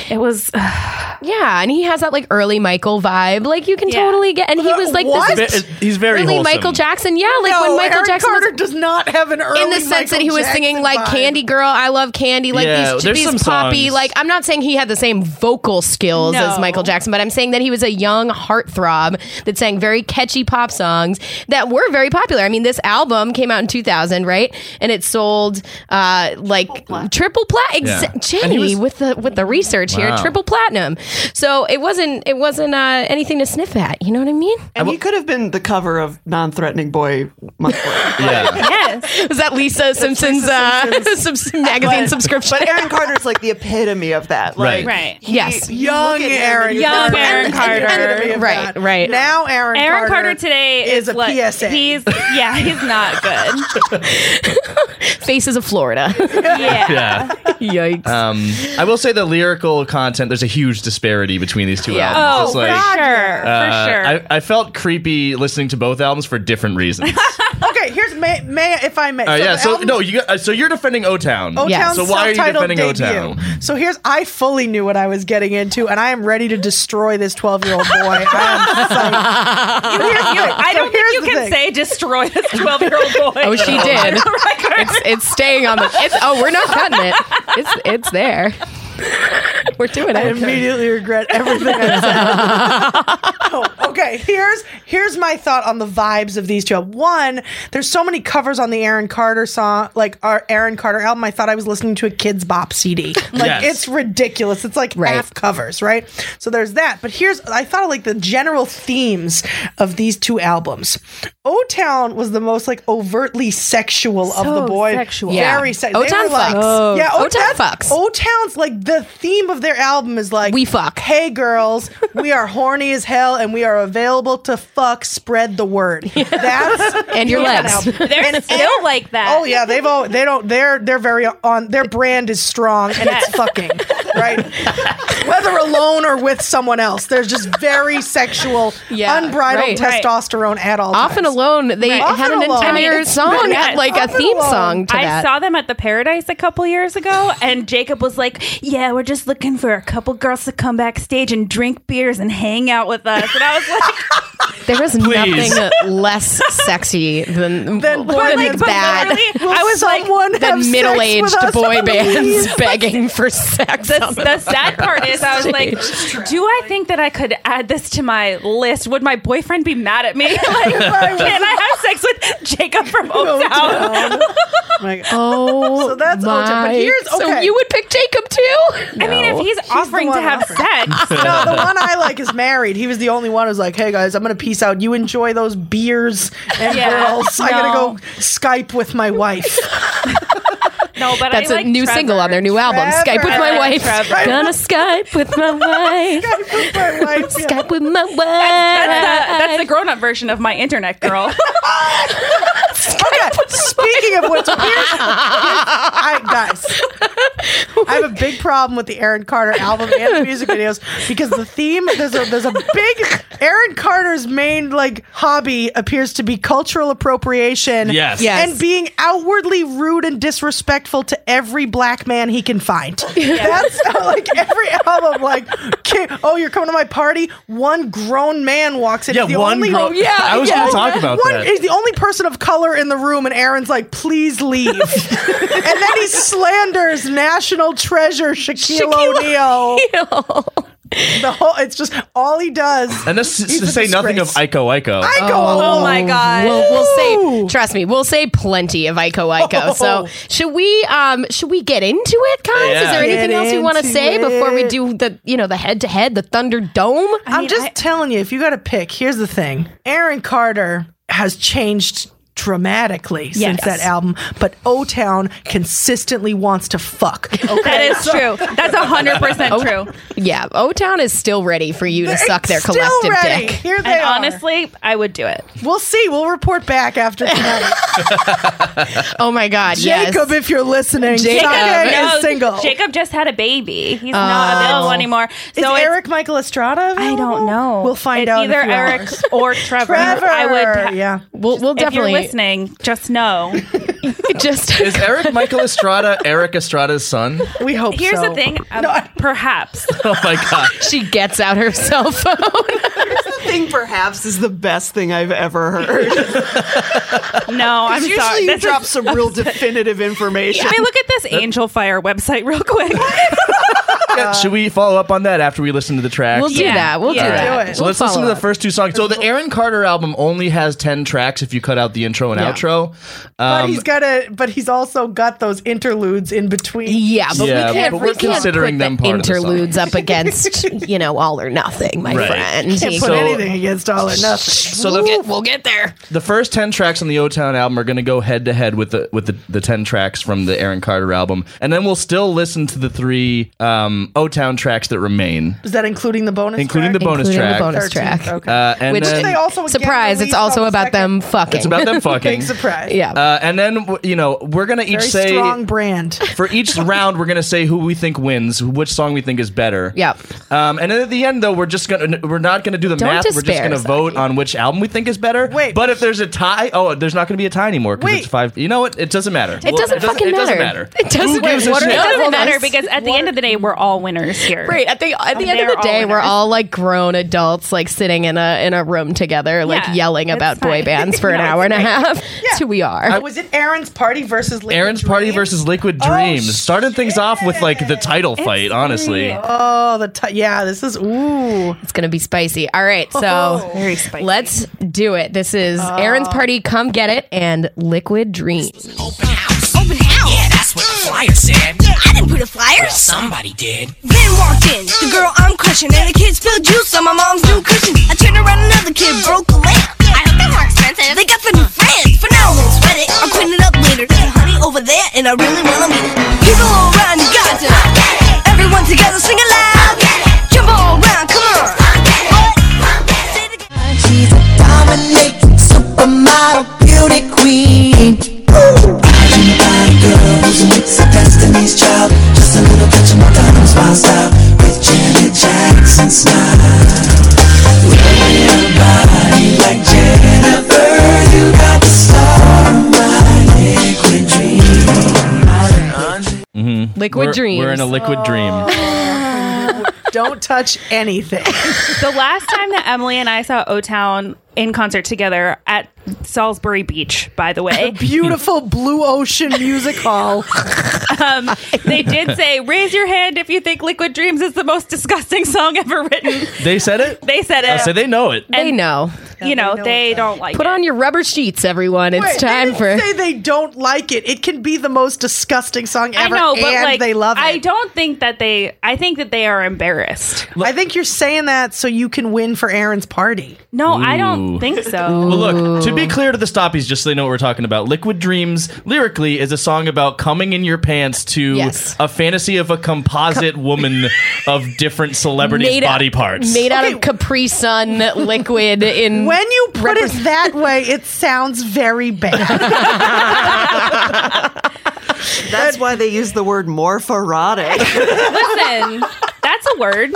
S3: it was *laughs*
S1: yeah, and he has that like early Michael vibe. Like you can
S3: Yeah.
S1: totally get. And he was like,
S2: What?
S1: this is
S4: Ve- He's very
S1: early
S4: wholesome.
S1: Michael Jackson. Yeah, like
S2: no,
S1: when Michael
S2: Aaron
S1: Jackson was-
S2: Carter does not have an early
S1: in the sense that
S2: Michael
S1: he was
S2: Jackson
S1: singing like
S2: vibe.
S1: Candy Girl, I love Candy, like
S4: Yeah,
S1: these,
S4: there's
S1: these
S4: some
S1: poppy.
S4: songs.
S1: Like I'm not saying he had the same vocal skills
S3: No.
S1: as Michael Jackson, but I'm saying that he was a young heartthrob that sang very catchy pop songs that were very popular. I mean, this album came out in 2000, right? And it sold uh, like triple platinum.
S4: Yeah. And he
S1: Jenny
S4: was-
S1: with the with the research here,
S4: Wow.
S1: triple platinum. So it wasn't it wasn't uh, anything to sniff at. You know what I mean? *laughs*
S5: And he could have been the cover of non-threatening boy monthly.
S4: Yeah.
S3: Yes.
S1: Was that Lisa Simpson's, uh, *laughs* subs- magazine subscription?
S5: but Aaron Carter's like the epitome of that.
S4: Right.
S5: Like,
S3: Right.
S5: he-
S1: Yes.
S5: you
S2: Young
S5: look at him
S2: Aaron
S5: and you-
S3: Young
S2: Carter.
S3: Aaron Carter.
S2: Epitome of
S1: Right,
S2: that.
S1: right.
S2: Now Aaron,
S3: Aaron Carter today
S2: is
S3: is,
S2: a
S3: like,
S2: PSA.
S3: He's yeah, he's not good.
S1: Faces of
S2: *laughs*
S1: Florida.
S3: *laughs* *laughs* Yeah.
S4: Yeah.
S1: Yikes.
S4: Um, I will say the lyrical content. There's a huge disparity between these two
S1: Yeah.
S4: albums.
S3: Oh,
S4: It's like,
S3: for sure.
S4: uh,
S3: for sure.
S4: I, I felt creepy listening to both albums for different reasons.
S2: Okay, here's may, may if I may.
S4: Uh, yeah.
S2: the
S4: So
S2: album-
S4: no, you. Uh, so you're defending O Town.
S2: O
S1: Yes.
S2: Town
S4: So why are you
S2: self-titled
S4: defending
S2: debut.
S4: O-Town?
S2: So here's I fully knew what I was getting into, and I am ready to destroy this twelve year old boy. I am psyched.
S3: Here's you. I
S2: So
S3: don't think
S2: here's
S3: you
S2: the
S3: can
S2: thing.
S3: say destroy this 12 year old boy.
S1: Oh,
S3: *laughs*
S1: she did.
S3: On record.
S1: it's, it's staying on the. It's, oh, we're not cutting it. It's it's there. We're doing
S2: I
S1: it.
S2: immediately regret everything I said. *laughs* oh, okay, here's here's my thought on the vibes of these two. One, there's so many covers on the Aaron Carter song, like our Aaron Carter album. I thought I was listening to a Kids Bop CD. Like
S4: Yes.
S2: it's ridiculous. It's like
S1: Right.
S2: half covers, right? So there's that. But here's I thought like the general themes of these two albums. O Town was the most like overtly sexual of the
S3: So
S2: boy.
S3: sexual.
S1: Yeah.
S2: Very sexual.
S1: O-Town
S2: like,
S1: fucks. Oh.
S2: Yeah,
S1: O-Town fucks.
S2: O Town's like the theme of their album is like
S1: We fuck.
S2: Hey girls, we are horny as hell and we are available to fuck. Spread
S1: *laughs*
S2: the word. That's
S1: And your
S2: Yeah.
S1: legs.
S3: *laughs* They're still like that.
S2: Oh yeah, they've all they don't they're they're very on their brand is strong and it's fucking
S3: *laughs*
S2: right. Whether alone or with someone else, there's just very sexual,
S1: Yeah,
S2: unbridled
S1: right.
S2: testosterone at all.
S1: Often
S2: times.
S1: alone, they
S2: Right.
S1: had
S2: Often
S1: an
S2: Alone.
S1: entire
S2: I
S3: mean, it's
S1: song,
S3: been-
S1: at, like a
S2: Often
S1: theme
S2: Alone.
S1: song to
S3: I
S1: that.
S3: saw them at the Paradise a couple years ago,
S1: *laughs*
S3: and Jacob was like, "Yeah, we're just looking for a couple girls to come backstage and drink beers and hang out with us." And I was
S1: *laughs*
S3: like,
S1: there was
S4: Please.
S1: nothing less sexy than,
S2: Then boy
S1: than
S2: bands.
S3: but
S1: that. *laughs*
S3: literally,
S2: Will
S3: I was like,
S2: someone have sex
S1: Than
S2: with
S1: middle-aged
S2: us,
S1: boy
S2: please?
S1: bands *laughs* begging for sex.
S3: the, the sad part is, I was like, "Do I think that I could add this to my list? Would my boyfriend be mad at me? *laughs*
S1: *laughs*
S3: Like, can I have sex with Jacob from Oak Town?"
S2: O-Town. *laughs* Like,
S1: oh,
S2: *laughs* So that's O-Town, but
S1: my-
S2: here's-
S1: so
S2: okay.
S1: you would pick Jacob too.
S3: *laughs* I mean, if he's offering to
S2: one
S3: have
S2: offering.
S1: *laughs*
S3: sex,
S2: no, the one I like is married. He was the only one who was like, "Hey guys, I'm gonna peace out. You enjoy those beers and
S3: Yeah,
S2: girls. I gotta
S3: no.
S2: go Skype with my wife."
S3: no, but
S1: That's
S3: I
S1: a
S3: like
S1: new
S3: Trevor.
S1: single on their new album.
S2: Trevor.
S1: Skype with my
S3: I like
S1: wife.
S3: Trevor.
S1: Gonna Skype with my wife.
S2: *laughs* *laughs* Skype with my wife. yeah.
S1: Skype with my wife.
S3: That's the, *laughs* that's the grown-up version of my internet
S1: *laughs*
S3: girl.
S2: Okay. Speaking of which, here's, I, guys, I have a big problem with the Aaron Carter album and the music videos because the theme there's a there's a big Aaron Carter's main like hobby appears to be cultural appropriation.
S4: Yes.
S1: Yes.
S2: And being outwardly rude and disrespectful to every black man he can find. That's how, like every album. Like, "Okay, oh, you're coming to my party. One grown man walks in.
S4: Yeah,
S2: He's the
S4: one
S2: only-
S4: grown- Oh, yeah, I was yeah. gonna talk about
S2: one,
S4: that.
S2: He's the only person of color in the room, and Aaron's like, "Please leave."
S4: *laughs*
S2: and then he slanders national treasure Shaquille, O'Neal. The whole it's just all he does.
S4: And this
S2: He's
S4: to
S2: a
S4: say nothing of
S2: disgrace.
S4: Ico Ico.
S2: I go, oh,
S3: Oh my god.
S1: We'll, we'll say,
S2: Ooh.
S1: trust me, we'll say plenty of Ico Ico. So
S2: Oh.
S1: should we, um, should we get into it, guys? Is
S4: Yeah.
S1: there anything
S2: Get
S1: else we want to
S2: into
S1: say before we
S2: it.
S1: do the, you know, the head to head, the Thunderdome?
S2: I'm just telling you, if you got to pick, here's the thing: Aaron Carter has changed dramatically since
S3: Yes.
S2: that album, but O Town consistently wants to fuck. Okay?
S3: That is true. That's hundred percent true.
S1: Yeah, O Town is still ready for you to suck their
S2: Still
S1: collective
S2: ready.
S1: dick.
S2: Here they
S3: And
S2: are.
S3: honestly, I would do it.
S2: we'll see. We'll report back after tonight.
S1: Oh my God, yes.
S2: Jacob, if you're listening,
S1: Jacob.
S2: Jacob
S3: No,
S2: is single. Oh.
S3: Jacob just had a baby. He's not available anymore. So
S2: is
S3: it's-
S2: Eric Michael Estrada?
S3: I don't
S2: available?
S3: know.
S2: We'll find
S3: It's
S2: out. in a
S3: Either
S2: few
S3: Eric
S2: hours.
S3: or Trevor.
S2: Trevor.
S3: I would.
S2: Yeah.
S1: We'll, we'll
S3: If you're
S1: definitely
S3: listening,
S2: *laughs*
S3: just know.
S1: *laughs* just
S4: Is Eric Michael Estrada Eric Estrada's son?
S2: We hope.
S3: Here's
S2: so. *laughs*
S3: the thing. Um, perhaps.
S4: Oh my god.
S1: she gets out her cell *laughs* phone.
S5: The thing perhaps is the best thing I've ever heard.
S2: *laughs*
S3: No, I'm
S5: Usually
S3: sorry.
S5: you
S3: This
S5: drop
S3: *laughs* is,
S5: *laughs* some real definitive information.
S2: *laughs*
S3: *laughs* I mean, look at this Angel Fire website real quick.
S4: that, should we follow up on that after we listen to the track?
S1: Uh, We'll do
S3: Yeah.
S1: that. We'll do
S3: Yeah.
S1: that.
S2: Do it.
S4: So
S1: We'll
S4: let's listen to
S1: follow
S4: the
S1: up.
S4: first two songs. So the Aaron Carter album only has ten tracks if you cut out the intro and
S2: Yeah.
S4: outro.
S2: But
S4: Um,
S2: he's got a. But he's also got those interludes in between.
S1: Yeah, but
S4: Yeah,
S1: we can't.
S4: but
S1: we
S4: we're
S1: can't
S4: considering
S1: put
S4: them
S1: the
S4: part of the song.
S1: interludes up
S4: *laughs*
S1: against you know all or nothing, my
S4: Right.
S1: friend.
S2: Can't put
S4: So-
S2: anything against all or nothing.
S4: so
S1: we'll,
S4: the,
S1: get, we'll get there.
S4: the first ten tracks on the O Town album are going to go head to head with the with the, the ten tracks from the Aaron Carter album, and then we'll still listen to the three um, O Town tracks that remain,
S2: Is that including the bonus?
S4: including the
S2: track?
S4: bonus
S1: Including
S4: track.
S1: the bonus track.
S2: Okay.
S4: Uh, and
S1: Which
S4: then
S2: they also again
S1: surprise, it's
S2: released
S1: also
S2: on the
S1: about them fucking.
S4: it's about them fucking.
S2: Big surprise.
S1: yeah.
S4: Uh, and then w- you know we're gonna each
S2: Very
S4: say *laughs*
S2: strong brand.
S4: for each round we're gonna say who we think wins, which song we think is better.
S1: Yep.
S4: Um, and then at the end though we're just gonna we're not gonna do the math. We're just
S1: despair,
S4: gonna vote on which album we think is better.
S2: Wait.
S4: But if there's a tie, oh, there's not gonna be a tie anymore because it's
S2: Wait.
S4: five. You know what? It doesn't matter.
S1: it doesn't fucking
S4: It doesn't
S1: matter.
S4: matter.
S1: It doesn't
S4: Who gives a
S1: matter. What
S4: shit?
S1: are-
S3: It doesn't
S1: Hold on.
S3: matter because at the end of the day, we're all winners here.
S1: *laughs* Right at the at the
S3: And
S1: end of
S3: they're
S1: the day,
S3: all
S1: we're
S3: winners.
S1: all like grown adults, like sitting in a in a room together, like
S3: Yeah,
S1: yelling
S3: it's
S1: about boy
S3: fine.
S1: bands
S3: *laughs*
S1: for an
S3: No,
S1: hour
S3: it's
S1: and a half. That's who we are.
S2: was it Aaron's party versus Liquid
S4: Aaron's Party
S2: Dreams?
S4: versus Liquid
S2: Oh,
S4: Dreams started things off with like the title fight. honestly,
S3: real.
S2: Oh, the t- yeah. This is
S3: *laughs*
S2: ooh.
S1: It's gonna be spicy. All right, so
S3: Oh, Very spicy. Oh.
S1: let's do it. This is Aaron's party. Come get it and Liquid Dreams.
S6: Open house. Open house. Yeah, that's what the flyer said.
S7: I didn't put a flyer.
S6: Well, somebody did. Mm.
S7: Then walked in. The girl I'm crushing, and the kid spilled juice on my mom's new cushion. I turned around, another kid
S6: Mm.
S7: broke a lamp. I hope they're more expensive. They got the new friends. For now, I won't sweat it. I'll clean it up later. That honey over there, and I really wanna meet it. People all around, you got to. Everyone together, sing aloud. Jump all around, come on. What? Say it again.
S8: She's a dominating supermodel beauty queen. Passion by girl who's a mix of Destiny's Child. Just a little touch of Madonna smile style with Janet Jackson smile. Rolling your body like Jennifer, you got the star of my liquid dream.
S1: Liquid
S4: we're,
S1: Dreams.
S4: we're in a Liquid Dream.
S1: Oh.
S2: Don't touch anything. *laughs*
S3: The last time that Emily and I saw O Town in concert together at Salisbury Beach, by the way,
S2: Beautiful blue ocean music hall.
S3: um, they did say, "Raise your hand if you think Liquid Dreams is the most disgusting song ever written."
S4: They said it.
S3: They said it.
S4: Uh, so they know it.
S1: they know.
S3: you know,
S2: know
S3: they
S2: it's
S3: don't like
S1: Put
S3: it.
S1: on your rubber sheets, everyone. It's
S2: Wait,
S1: time
S2: they didn't
S1: for.
S2: say they don't like it. It can be the most disgusting song
S3: I
S2: ever,
S3: know, but
S2: and
S3: like
S2: they love it.
S3: I don't think that they. I think that they are embarrassed.
S2: I think you're saying that so you can win for Aaron's party.
S3: No, I
S4: Ooh.
S3: don't think so.
S4: Well, look, to be clear to the stoppies, just so they know what we're talking about, Liquid Dreams lyrically is a song about coming in your pants to
S1: Yes.
S4: a fantasy of a
S1: *laughs*
S4: composite woman of different celebrities'
S1: Made out-
S4: body parts.
S1: Made out of
S2: Okay.
S1: Capri Sun
S2: *laughs*
S1: liquid in
S2: When you put it that way, it sounds very bad.
S3: *laughs*
S5: That's why they use the word morphotic.
S3: Listen, that's a word.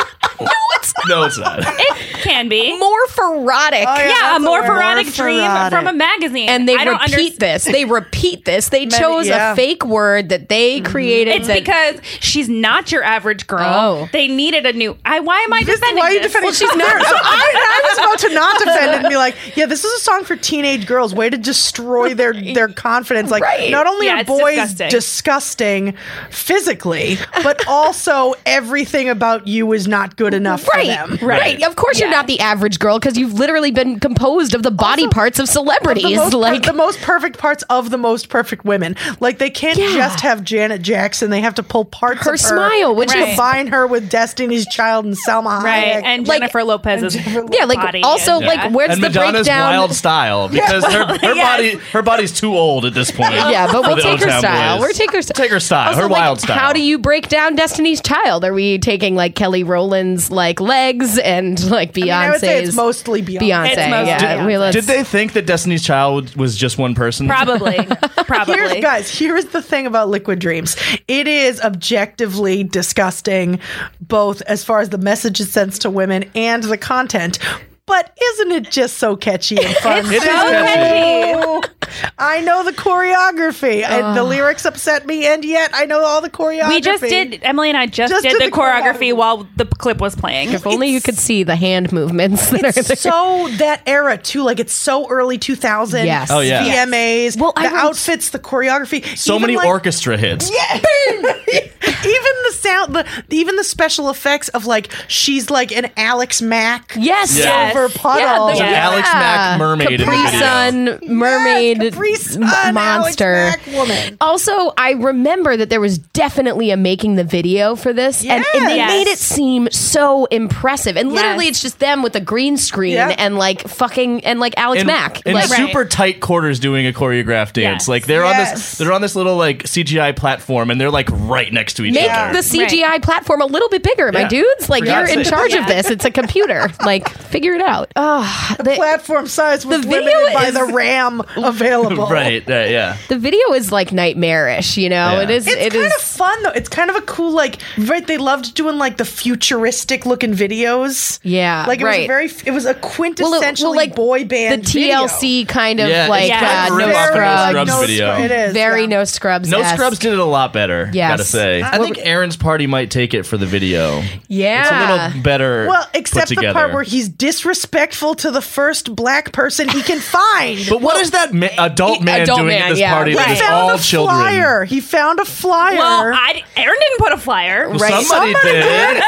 S4: no, it's not.
S3: It can be.
S1: more ferrotic.
S2: Oh, yeah,
S3: yeah, a
S2: that's a
S3: more
S2: word.
S3: erotic
S5: More
S3: dream
S5: erotic.
S3: from a magazine.
S1: and they
S3: I don't
S1: repeat
S3: underst-
S1: this. They repeat this. They chose
S2: yeah. Mm-hmm.
S1: a fake word that they created.
S3: It's
S1: that-
S3: because she's not your average girl.
S1: Oh.
S3: They needed a new. I why am I
S2: This,
S3: defending
S2: why are you
S3: this?
S2: defending? *laughs* she's not. So I, I was about to not defend it and be like, "Yeah, this is a song for teenage girls. Way to destroy their their confidence. Like,
S1: Right.
S2: not only
S3: Yeah,
S2: are
S3: it's
S2: boys disgusting.
S3: disgusting.
S2: physically,
S3: *laughs*
S2: but also everything about you is not good enough
S1: Right,
S2: for them.
S1: right, Of course, you're
S3: Yeah.
S1: not the average girl because you've literally been composed of the body parts of
S2: The
S1: celebrities.
S2: most, per-
S1: like,
S2: the most perfect parts of the most perfect women. Like they can't
S1: Yeah.
S2: just have Janet Jackson. They have to pull parts
S1: Her
S2: of
S1: smile, which
S2: and
S3: is-
S2: combine her with Destiny's Child and Selma
S3: right?
S2: Hayek.
S3: And
S1: Like-
S3: Jennifer Lopez's
S1: yeah, like
S3: body
S1: also
S3: and-
S1: like
S3: yeah.
S1: where's
S4: and
S1: the
S4: Madonna's
S1: breakdown? *laughs*
S4: wild style because her, her body her body's too old at this point.
S1: yeah, but
S4: for
S1: we'll
S4: the
S1: take her
S4: O-Town
S1: style.
S4: boys.
S1: We're take her style.
S4: Take her style,
S1: Also,
S4: her
S1: like,
S4: wild style.
S1: How do you break down Destiny's Child? Are we taking like Kelly Rowland's like legs and like Beyonce's?
S2: I would say it's mostly Beyonce.
S1: Beyonce.
S3: It's mostly
S1: yeah.
S3: Beyonce.
S1: We- let's-
S4: Did they think that Destiny's Child was just one person?
S3: probably, probably.
S2: Here's, guys, here is the thing about Liquid Dreams. It is objectively disgusting, both as far as the message it sends to women and the content. But isn't it just so catchy
S3: *laughs*
S2: and fun?
S4: It is catchy.
S2: I know the choreography. I, the lyrics upset me, and yet I know all the choreography.
S3: we just did. Emily and I just,
S2: Just
S3: did
S2: did
S3: the,
S2: the
S3: choreography
S2: choreography.
S3: while the clip was playing.
S1: If only you could see the hand movements that are there.
S2: It's so that era too. Like it's so early 2000.
S1: Yes. Oh,
S4: yeah.
S2: VMAs.
S3: Well,
S2: the
S3: I rem-
S2: outfits, the choreography.
S4: So
S2: even
S4: many
S2: like-
S4: orchestra hits.
S2: *laughs* even the sound, the, even the special effects of like she's like an Alex Mack.
S1: *laughs* Yes.
S4: Yeah.
S2: Silver puddle.
S1: the-
S4: There's an Alex Mack mermaid in the
S1: Capri
S4: video.
S1: Sun mermaid
S2: Yes, Capri Sun,
S1: m-
S2: Alex
S1: monster.
S2: Mack woman.
S1: Also, I remember that there was definitely a making the video for this, and, and they
S3: Yes.
S1: made it seem so impressive. And literally,
S3: Yes.
S1: it's just them with a green screen
S2: Yep.
S1: and like fucking and like Alex
S4: in,
S1: Mack,
S4: in
S1: like
S4: super tight quarters doing a choreographed dance.
S3: Yes.
S4: Like they're on this
S2: Yes.
S4: they're on this little like CGI platform and they're like right next to each
S1: make
S4: other.
S1: the CGI platform a little bit bigger, my
S4: Yeah.
S1: dudes. Like
S4: Yeah.
S1: you're in charge of this. It's a
S2: *laughs*
S1: computer. like figure it out. Oh, the,
S2: Platform size was
S1: The video
S2: limited by
S1: is-
S2: the RAM available.
S4: *laughs* right, uh, yeah.
S1: the video is like nightmarish. You know,
S4: Yeah.
S1: it is.
S2: It's
S1: it
S2: kind
S1: is-
S2: of fun though. It's kind of a cool like right. They loved doing like the futuristic looking videos.
S1: Yeah,
S2: like it was
S1: right.
S2: a very. It was a quintessentially boy band.
S1: the
S2: video.
S1: TLC kind of
S4: Yeah,
S1: like
S4: it's
S3: kind
S1: uh,
S3: of
S1: no
S4: riff off of No
S1: scrubs,
S4: Scrubs video.
S2: Scrubs. It is
S1: very
S2: yeah.
S1: no scrubs.
S4: No Scrubs did it a lot better,
S1: Yes.
S4: gotta say. I think Aaron's party might take it for the video. It's
S1: Yeah,
S4: a little better.
S2: Well,
S4: put
S2: except the
S4: together.
S2: part where he's disrespectful to the first black person
S1: *laughs*
S2: he can find.
S4: But what is that ma- adult man
S1: e, adult
S4: doing
S1: man,
S4: at this
S1: yeah,
S4: party
S1: right.
S4: that
S2: he
S4: is
S2: found
S4: all
S2: a
S4: children?
S2: flyer. He found a flyer.
S3: Well, I, Aaron didn't put a flyer.
S4: Well, Somebody, did.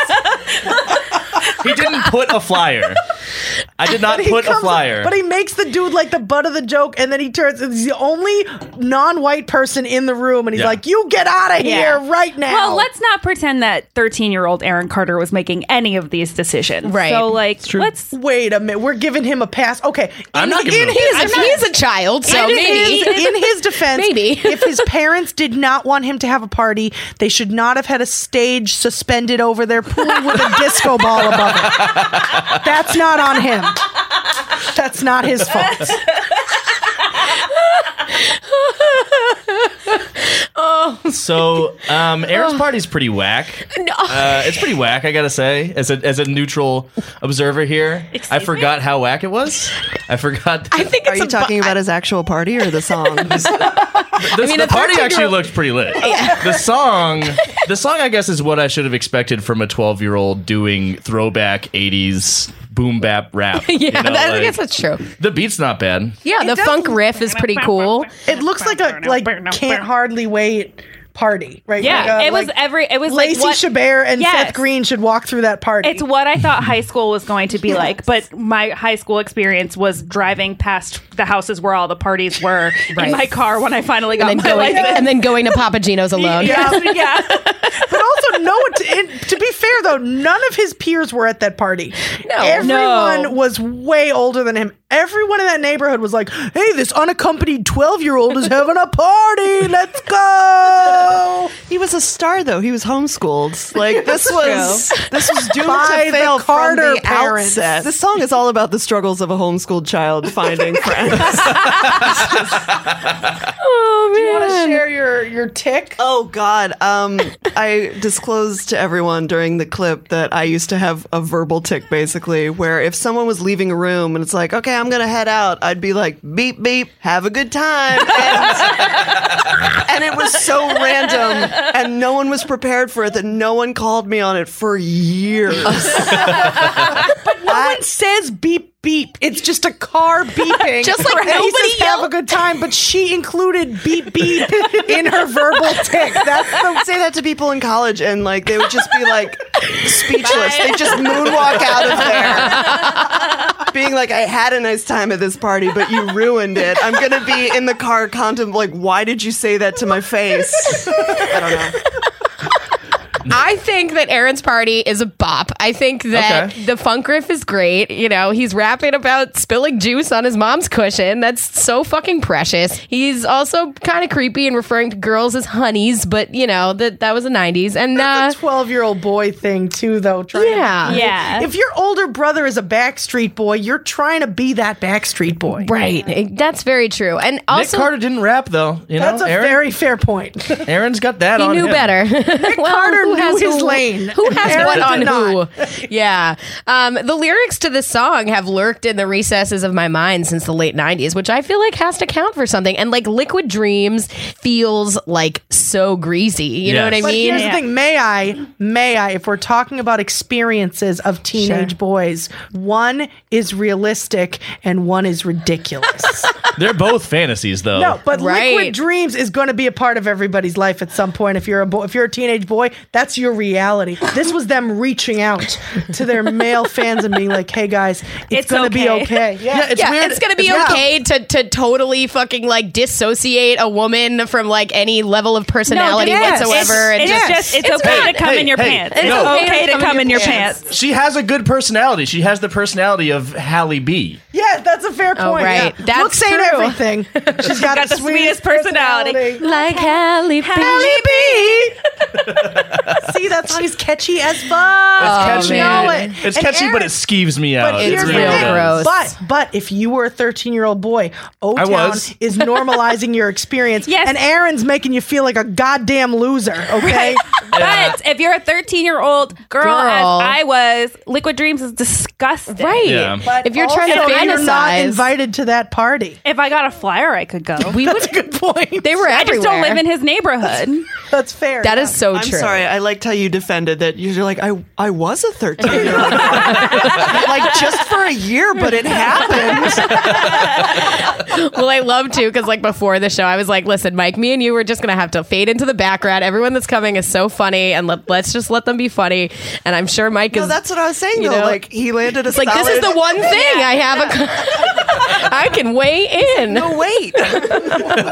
S4: *laughs* he didn't put a flyer. I
S1: *laughs*
S4: did not
S2: He
S4: put a
S2: comes-
S4: flyer.
S2: But he makes the dude like the butt of the joke, and then he turns. He's the only non-white person in the room, and he's
S4: Yeah.
S2: like, "You get out of here right now."
S3: Well, let's not pretend that 13 year old Aaron Carter was making any of these decisions.
S1: Right.
S3: So, like, let's.
S2: wait a minute. We're giving him a pass. Okay,
S4: I'm not giving him a
S2: his-
S1: he's, a, he's a child, so
S2: in
S1: maybe.
S2: His, in his
S3: *laughs*
S2: defense,
S1: Maybe.
S2: if his parents did not want him to have a party, they should not have had a stage suspended over their pool with a disco ball above it. That's not on him. That's not his fault.
S4: So, um, Aaron's
S1: Oh.
S4: party's pretty whack. Uh, it's pretty whack, I gotta say, as a as a neutral observer here. I forgot how whack it was. I forgot.
S1: I think
S5: Are
S1: it's
S5: you
S1: a
S5: talking about his actual party or the song?
S4: the, the
S1: a
S4: party
S1: 13-year-old
S4: actually looked pretty lit. The song, the song, I guess, is what I should have expected from a twelve year old doing throwback '80s boom bap rap. yeah,
S1: *laughs* yeah, that, I guess that's true.
S4: the beat's not bad.
S1: Yeah, the
S2: does-
S1: funk riff is pretty cool.
S2: It looks like a like can't hardly wait party, right?
S3: Yeah,
S2: Like a-
S3: it was
S2: like
S3: every. It was
S2: Lacey
S3: like what,
S2: Chabert and
S3: Yes.
S2: Seth Green should walk through that party.
S3: It's what I thought
S1: *laughs*
S3: high school was going to be like, but my high school experience was driving past the houses where all the parties were
S1: Right.
S3: in my car when I finally got
S1: And then,
S3: my
S1: going,
S3: license.
S1: and then going to Papa Gino's *laughs* alone. *laughs*
S3: Yeah, yeah.
S2: but also no one to, and to be fair though none of his peers were at that party
S1: No.
S2: everyone
S1: No.
S2: was way older than him everyone in that neighborhood was like hey this unaccompanied 12 year old is having a party let's go
S5: he was a star, though. He was homeschooled. Like this was *laughs* this was doomed
S2: By the
S5: to fail from
S2: Carter
S5: the
S2: parents.
S5: outset. This song is all about the struggles of a homeschooled child finding friends.
S2: want to share your your tick
S5: Oh God! Um, I disclosed to everyone during the clip that I used to have a verbal tick, basically, where if someone was leaving a room and it's like, "Okay, I'm gonna head out," I'd be like, "Beep beep, have a good time," *laughs* and, and it was so random, and no one was prepared for it. That no one called me on it for
S2: *laughs*
S5: years.
S2: no one says beep beep it's just a
S1: *laughs*
S2: car beeping
S1: Just like
S2: And he
S1: nobody
S2: says, have a good time but she included
S1: *laughs*
S2: beep beep in her verbal tick that's
S5: I would say that to people in college, and like they would just be like speechless. They just moonwalk out
S1: *laughs*
S5: of there, being like, "I had a nice time at this party, but you ruined it. I'm gonna be in the car contemplating, like, why did you say that to my face? I don't know.
S1: I think that Aaron's party is a bop. I think that
S4: Okay.
S1: the funk riff is great. You know, he's rapping about spilling juice on his mom's cushion. That's so fucking precious. He's also kind of creepy and referring to girls as honeys, but you know that that was the '90s. And uh,
S2: a 12 year old boy thing too though trying to
S1: yeah,
S3: yeah.
S2: If your older brother is a Backstreet Boy, you're trying to be that Backstreet Boy.
S1: right. It- That's very true. And
S4: Nick
S1: also,
S4: Carter didn't rap though. You
S2: That's
S4: know,
S2: a
S4: Aaron,
S2: very
S1: *laughs*
S2: fair point.
S4: Aaron's got that
S1: he
S4: on
S1: knew
S4: him.
S1: better. Nick
S2: Carter knew his lane.
S1: Who has
S2: Aaron
S1: what on
S2: did
S1: who?
S2: not.
S1: Yeah. Um, the lyrics to this song have lurked in the recesses of my mind since the late 90s, which I feel like has to count for something. And like Liquid Dreams feels like so greasy. You know
S4: Yes.
S1: what I
S4: But
S1: mean?
S2: Here's the thing, may I, may I, if we're talking about experiences of teenage boys, one is realistic and one is
S1: *laughs*
S2: ridiculous.
S4: They're both fantasies though.
S2: no, but
S1: Right.
S2: Liquid Dreams is going to be a part of everybody's life at some point. If you're a boy, if you're a teenage boy, that's that's your reality. This was them reaching out to their male fans and being like, "Hey guys, it's,
S3: It's
S2: gonna be
S3: okay."
S2: okay." Yeah, it's
S1: yeah,
S2: weird.
S1: it's gonna be
S2: yeah.
S1: okay to, to totally fucking like dissociate a woman from like any level of personality
S3: No,
S2: yes.
S1: whatsoever. and
S3: It's, it's
S1: just,
S3: just it's, okay
S4: fine.
S3: to come
S4: Hey,
S3: in your
S4: hey,
S3: pants.
S4: It's
S3: It's
S4: no.
S3: okay, to come in your pants.
S4: She has a good personality. She has the personality of Hallie B.
S2: Yeah, that's a fair point.
S1: Oh, right.
S2: yeah.
S1: That's
S2: Looks ain't
S1: true. *laughs*
S2: everything. She's got,
S3: got the sweetest personality.
S1: like Halle
S2: Halle B. *laughs* See, that's she's catchy as fuck.
S1: Oh,
S4: It's catchy.
S2: You know it.
S4: It's
S2: And
S4: catchy,
S2: Aaron-
S4: but it skeeves me out.
S2: But
S4: It
S2: here's
S1: It's
S2: the
S4: really
S1: real
S4: does.
S2: thing.
S1: gross.
S2: But but if you were a 13 year old boy, O Town
S4: was.
S2: *laughs* is normalizing your experience.
S3: Yes.
S2: And Aaron's making you feel like a goddamn loser. Okay.
S1: *laughs*
S3: But if you're a 13 year old girl,
S1: Girl.
S3: as I was, Liquid Dreams is disgusting.
S1: Right.
S4: Yeah.
S2: But
S1: If you're trying to
S2: also, you're not
S1: fantasize-
S2: invited to that party. *laughs*
S3: If I got a flyer, I could go.
S1: we would.
S2: Good point.
S1: They were
S3: I
S1: everywhere.
S3: just don't live in
S1: *laughs*
S3: his neighborhood.
S2: That's fair.
S1: that is so
S5: I'm
S1: true.
S5: sorry. I liked how you defended that. You're like, I, I was a 13 year
S1: *laughs*
S5: old. like, just for a year, but it happened.
S1: well, I love to because like before the show, I was like, "Listen, Mike, me and you, we're just gonna have to fade into the background. Everyone that's coming is so funny, and let, let's just let them be funny." And I'm sure Mike
S5: No,
S1: is.
S5: that's what I was saying,
S1: You
S5: though.
S1: know,
S5: like, he landed a
S1: it's like this is the
S5: solid-
S1: one thing I have. A, *laughs* I can weigh in. *laughs*
S5: Oh, wait.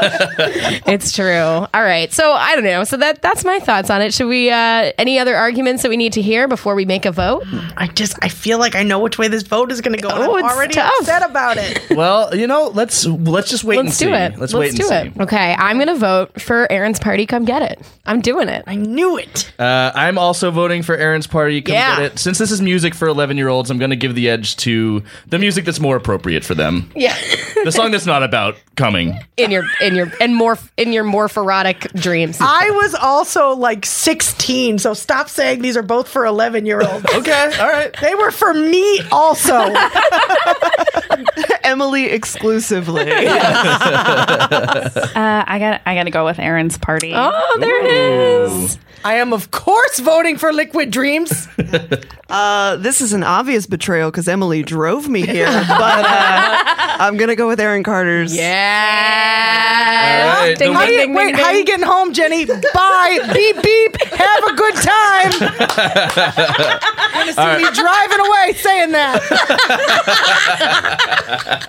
S1: It's true. All right. So I don't know. So that that's my thoughts on it. Should we? Uh, any other arguments that we need to hear before we make a vote?
S2: I just I feel like I know which way this vote is going to go. and
S1: Oh,
S2: I'm
S1: it's
S2: already
S1: tough.
S2: upset about it.
S4: *laughs* Well, you know, let's let's just wait and
S1: Let's
S4: see.
S1: do it.
S4: Let's wait and
S1: do
S4: see.
S1: it. Okay. I'm gonna vote for Aaron's party. Come get it. I'm doing it.
S2: I knew it.
S4: Uh, I'm also voting for Aaron's party. Come
S1: Yeah.
S4: get it. Since this is music for 11 year olds, I'm going to give the edge to the music that's more appropriate for them.
S1: Yeah.
S4: The song that's not about
S1: *laughs*
S4: coming.
S1: in your in your and more in your more erotic dreams.
S2: I was also like 16, so stop saying these are both for 11 year olds.
S4: Okay. All right.
S2: They were for me also.
S5: Emily exclusively.
S1: *laughs*
S3: Uh, I got I got to go with Aaron's party.
S1: oh, there it is.
S2: I am, of course, voting for Liquid
S1: *laughs*
S2: Dreams.
S5: Uh, this is an obvious betrayal because Emily drove me here, but
S2: *laughs*
S5: uh, I'm going to go with Aaron Carter's.
S1: Yeah.
S4: All right.
S1: Ding,
S4: The
S2: How
S1: ding,
S4: win-
S2: you,
S1: ding,
S2: wait,
S1: ding,
S2: how
S1: ding.
S2: you getting home,
S1: *laughs*
S2: Jenny? Bye. beep beep. Have a good time. You're gonna see me driving away saying that.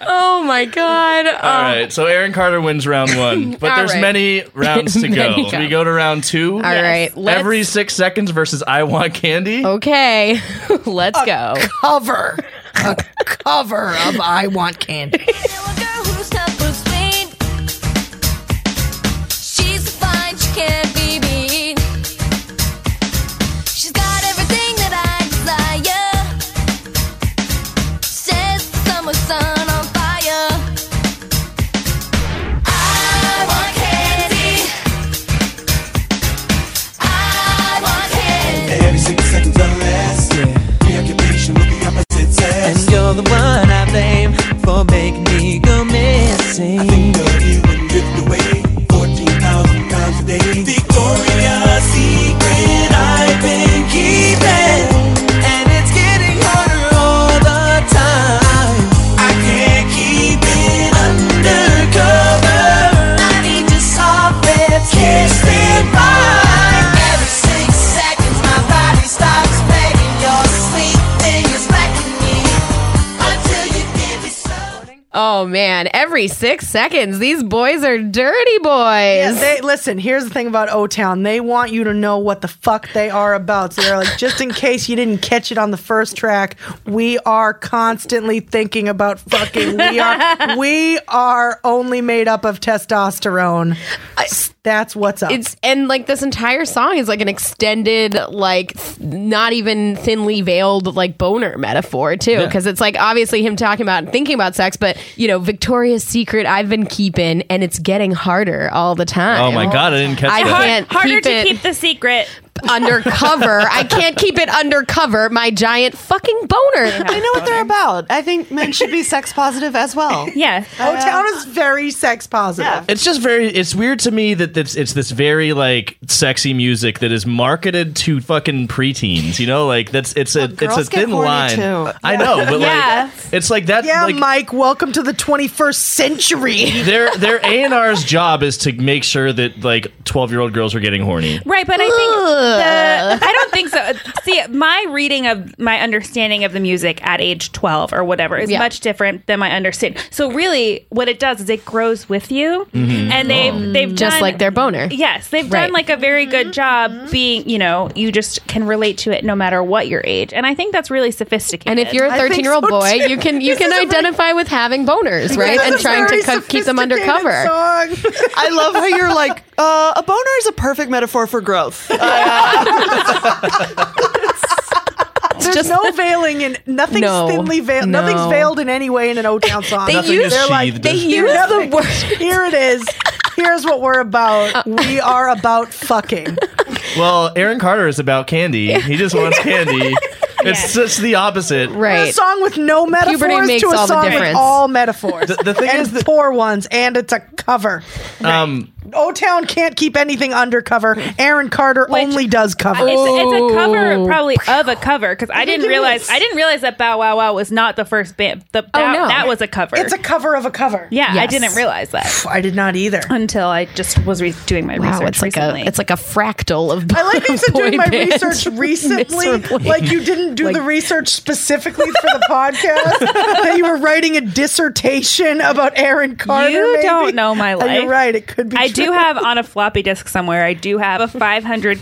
S1: Oh my god.
S4: All
S1: Oh.
S4: right. So Aaron Carter
S1: *laughs*
S4: wins round one, but
S1: All
S4: there's
S1: right. *laughs*
S4: many rounds to
S1: Many
S4: go. We
S1: rounds.
S4: go to round 2
S1: All right, let's- Oh,
S4: Every six seconds versus I Want Candy.
S1: Okay. *laughs* Let's go.
S2: Cover. A cover of I Want Candy.
S9: know a girl who's tough but sweet. She's so fine, she can't be beat. She's got everything that I desire. Says the summer sun on fire. I want candy. I want candy.
S8: Every six seconds I'm asking Preoccupation with the opposite sex And you're the one I blame For making me go missing I think of you and drift away 14,000 times a day Victoria's Secret I've been keeping And it's getting harder all the time I can't keep it undercover I need your soft lips kissing mine Every six seconds my body stops begging Your sweet fingers wrecking me Until you give me something
S1: Oh man, every 6 seconds these boys are dirty boys.
S2: They, listen, here's the thing about O Town. They want you to know what the fuck they are about. So they're like, just in case you didn't catch it on the first track, we are constantly thinking about fucking. We
S1: *laughs*
S2: are we are only made up of testosterone. That's what's up.
S1: It's and like this entire song is like an extended, like th- not even thinly veiled, like boner metaphor too,
S4: Yeah.
S1: because it's like obviously him talking about and thinking about sex, but you know, Victoria's Secret I've been keeping, and it's getting harder all the time.
S4: Oh my God! I didn't catch
S1: I
S4: that.
S1: can't-
S3: Hard, harder
S1: keep
S3: to
S1: it-
S3: keep the secret.
S1: undercover. I can't keep it undercover. My giant fucking boner.
S5: I know what they're about. I think men should be sex positive as well.
S3: Yeah.
S2: O Town is very sex positive.
S5: Yeah.
S4: It's just very. It's weird to me that it's it's this very like sexy music that is marketed to fucking preteens. You know, like that's it's a it's a
S5: girls get
S4: thin
S5: horny,
S4: line.
S5: too.
S4: I know, but
S3: Yeah.
S4: like it's like that.
S2: Yeah,
S4: like,
S2: Mike, welcome to the 21st century.
S4: their their A and R's job is to make sure that like twelve year old girls are getting horny.
S3: Right, but I think the, I don't think so. See, my reading of my understanding of the music at age 12 or whatever is
S1: Yeah.
S3: much different than my understanding. So really what it does is it grows with you and they they've
S1: Just
S3: done-
S1: like their boner.
S3: Yes, they've
S1: Right.
S3: done like a very good job being, you know, you just can relate to it no matter what your age. And I think that's really sophisticated.
S1: And if you're a
S2: I think
S1: 13 year old
S2: so,
S1: boy,
S2: too.
S1: you can you can identify with having boners, right?
S2: That's
S1: And
S2: a
S1: trying to
S2: very
S1: co- keep them
S2: sophisticated
S1: undercover.
S2: song.
S5: I love how you're like uh, a boner is a perfect metaphor for *laughs* growth. Uh,
S2: There's no veiling in
S1: *laughs*
S2: nothing's
S1: No.
S2: thinly veiled.
S1: No.
S2: Nothing's veiled in any way in an O Town song.
S1: They
S4: Nothing
S1: use
S4: is
S1: they're like-
S4: sheathed.
S1: they
S2: Here's
S1: use the word.
S2: *laughs* Here it is. Here's what we're
S1: Uh,
S2: about. We are
S1: *laughs*
S2: about fucking.
S4: Well, Aaron Carter is about candy. He just wants candy. It's just the opposite.
S2: A
S1: Right.
S2: song with no metaphors
S1: makes
S2: to a
S1: all the
S2: song with
S1: difference.
S2: all metaphors.
S4: The- the thing
S2: and
S4: is that-
S2: poor ones, and it's a cover.
S4: Um,
S2: O Town can't keep anything undercover. Aaron Carter
S3: Which-
S2: only does cover.
S3: It's, it's a cover,
S1: Oh.
S3: probably of a cover, because I didn't realize I didn't realize that Bow Wow Wow was not the first band. The, that,
S1: Oh, no.
S3: that was a cover.
S2: It's a cover of a cover.
S3: yeah, I
S1: Yes.
S3: didn't realize that
S2: I did not either.
S3: until I just was re- doing my
S1: Wow,
S3: research
S1: it's like
S3: recently.
S1: a it's like a fractal of.
S2: I like that you said
S1: boy
S2: doing my
S1: bands.
S2: *laughs* research recently.
S1: Miserably.
S2: like you didn't do the research specifically for the podcast. that you were writing a dissertation about Aaron Carter.
S3: You
S2: maybe?
S3: don't know my
S2: Uh,
S3: life.
S2: You're right. It could be.
S3: I
S2: true.
S3: do have on a floppy disk somewhere. I do have a 500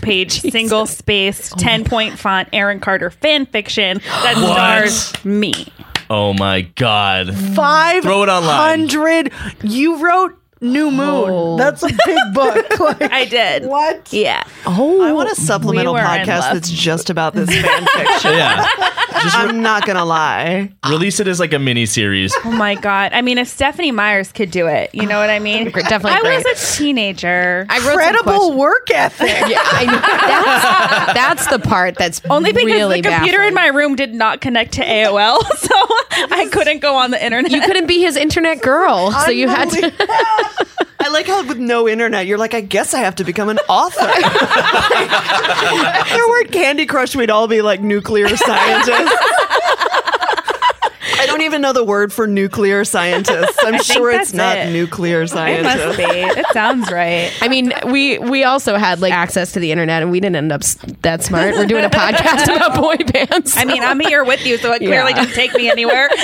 S1: *laughs*
S3: page single space 10 point font Aaron Carter fan fiction
S1: *gasps*
S3: that
S4: What?
S3: stars me.
S4: oh my god.
S2: five
S4: Throw it online.
S2: hundred. You wrote New Moon. *laughs* That's a big
S3: *laughs*
S2: book. Like,
S1: *laughs*
S3: I did.
S2: What?
S3: Yeah.
S5: I want a supplemental
S3: We were in
S5: podcast
S3: love.
S5: that's just about this fan fiction.
S4: Yeah.
S5: I'm not gonna lie.
S4: Release it as like a mini series.
S3: Oh my god. I mean, if Stephanie Myers could do it, you know what I mean?
S1: definitely
S3: I
S1: great.
S3: was a teenager.
S1: I wrote some
S2: Incredible
S1: questions.
S2: work ethic.
S1: Yeah, I know. That's, that's the part that's
S3: only because
S1: really
S3: the computer
S1: baffling.
S3: in my room did not connect to AOL, *laughs* so I couldn't go on the internet.
S1: You
S3: *laughs*
S1: couldn't be his internet girl, so you had to.
S5: I like how with no internet, you're like, I guess I have to become an
S3: *laughs*
S5: author. if there were Candy Crush, we'd all be like nuclear scientists. I don't even know the word for nuclear scientists. I'm
S3: think
S5: sure it's
S3: that's
S5: not
S3: it.
S5: nuclear
S3: it must
S5: scientists.
S3: be. It sounds right.
S1: I mean, we we also had like access to the internet, and we didn't end up s- that smart. We're doing a podcast *laughs* about boy bands.
S3: I mean, I'm here with you, so it clearly
S1: Yeah.
S3: didn't take me anywhere.
S1: *laughs*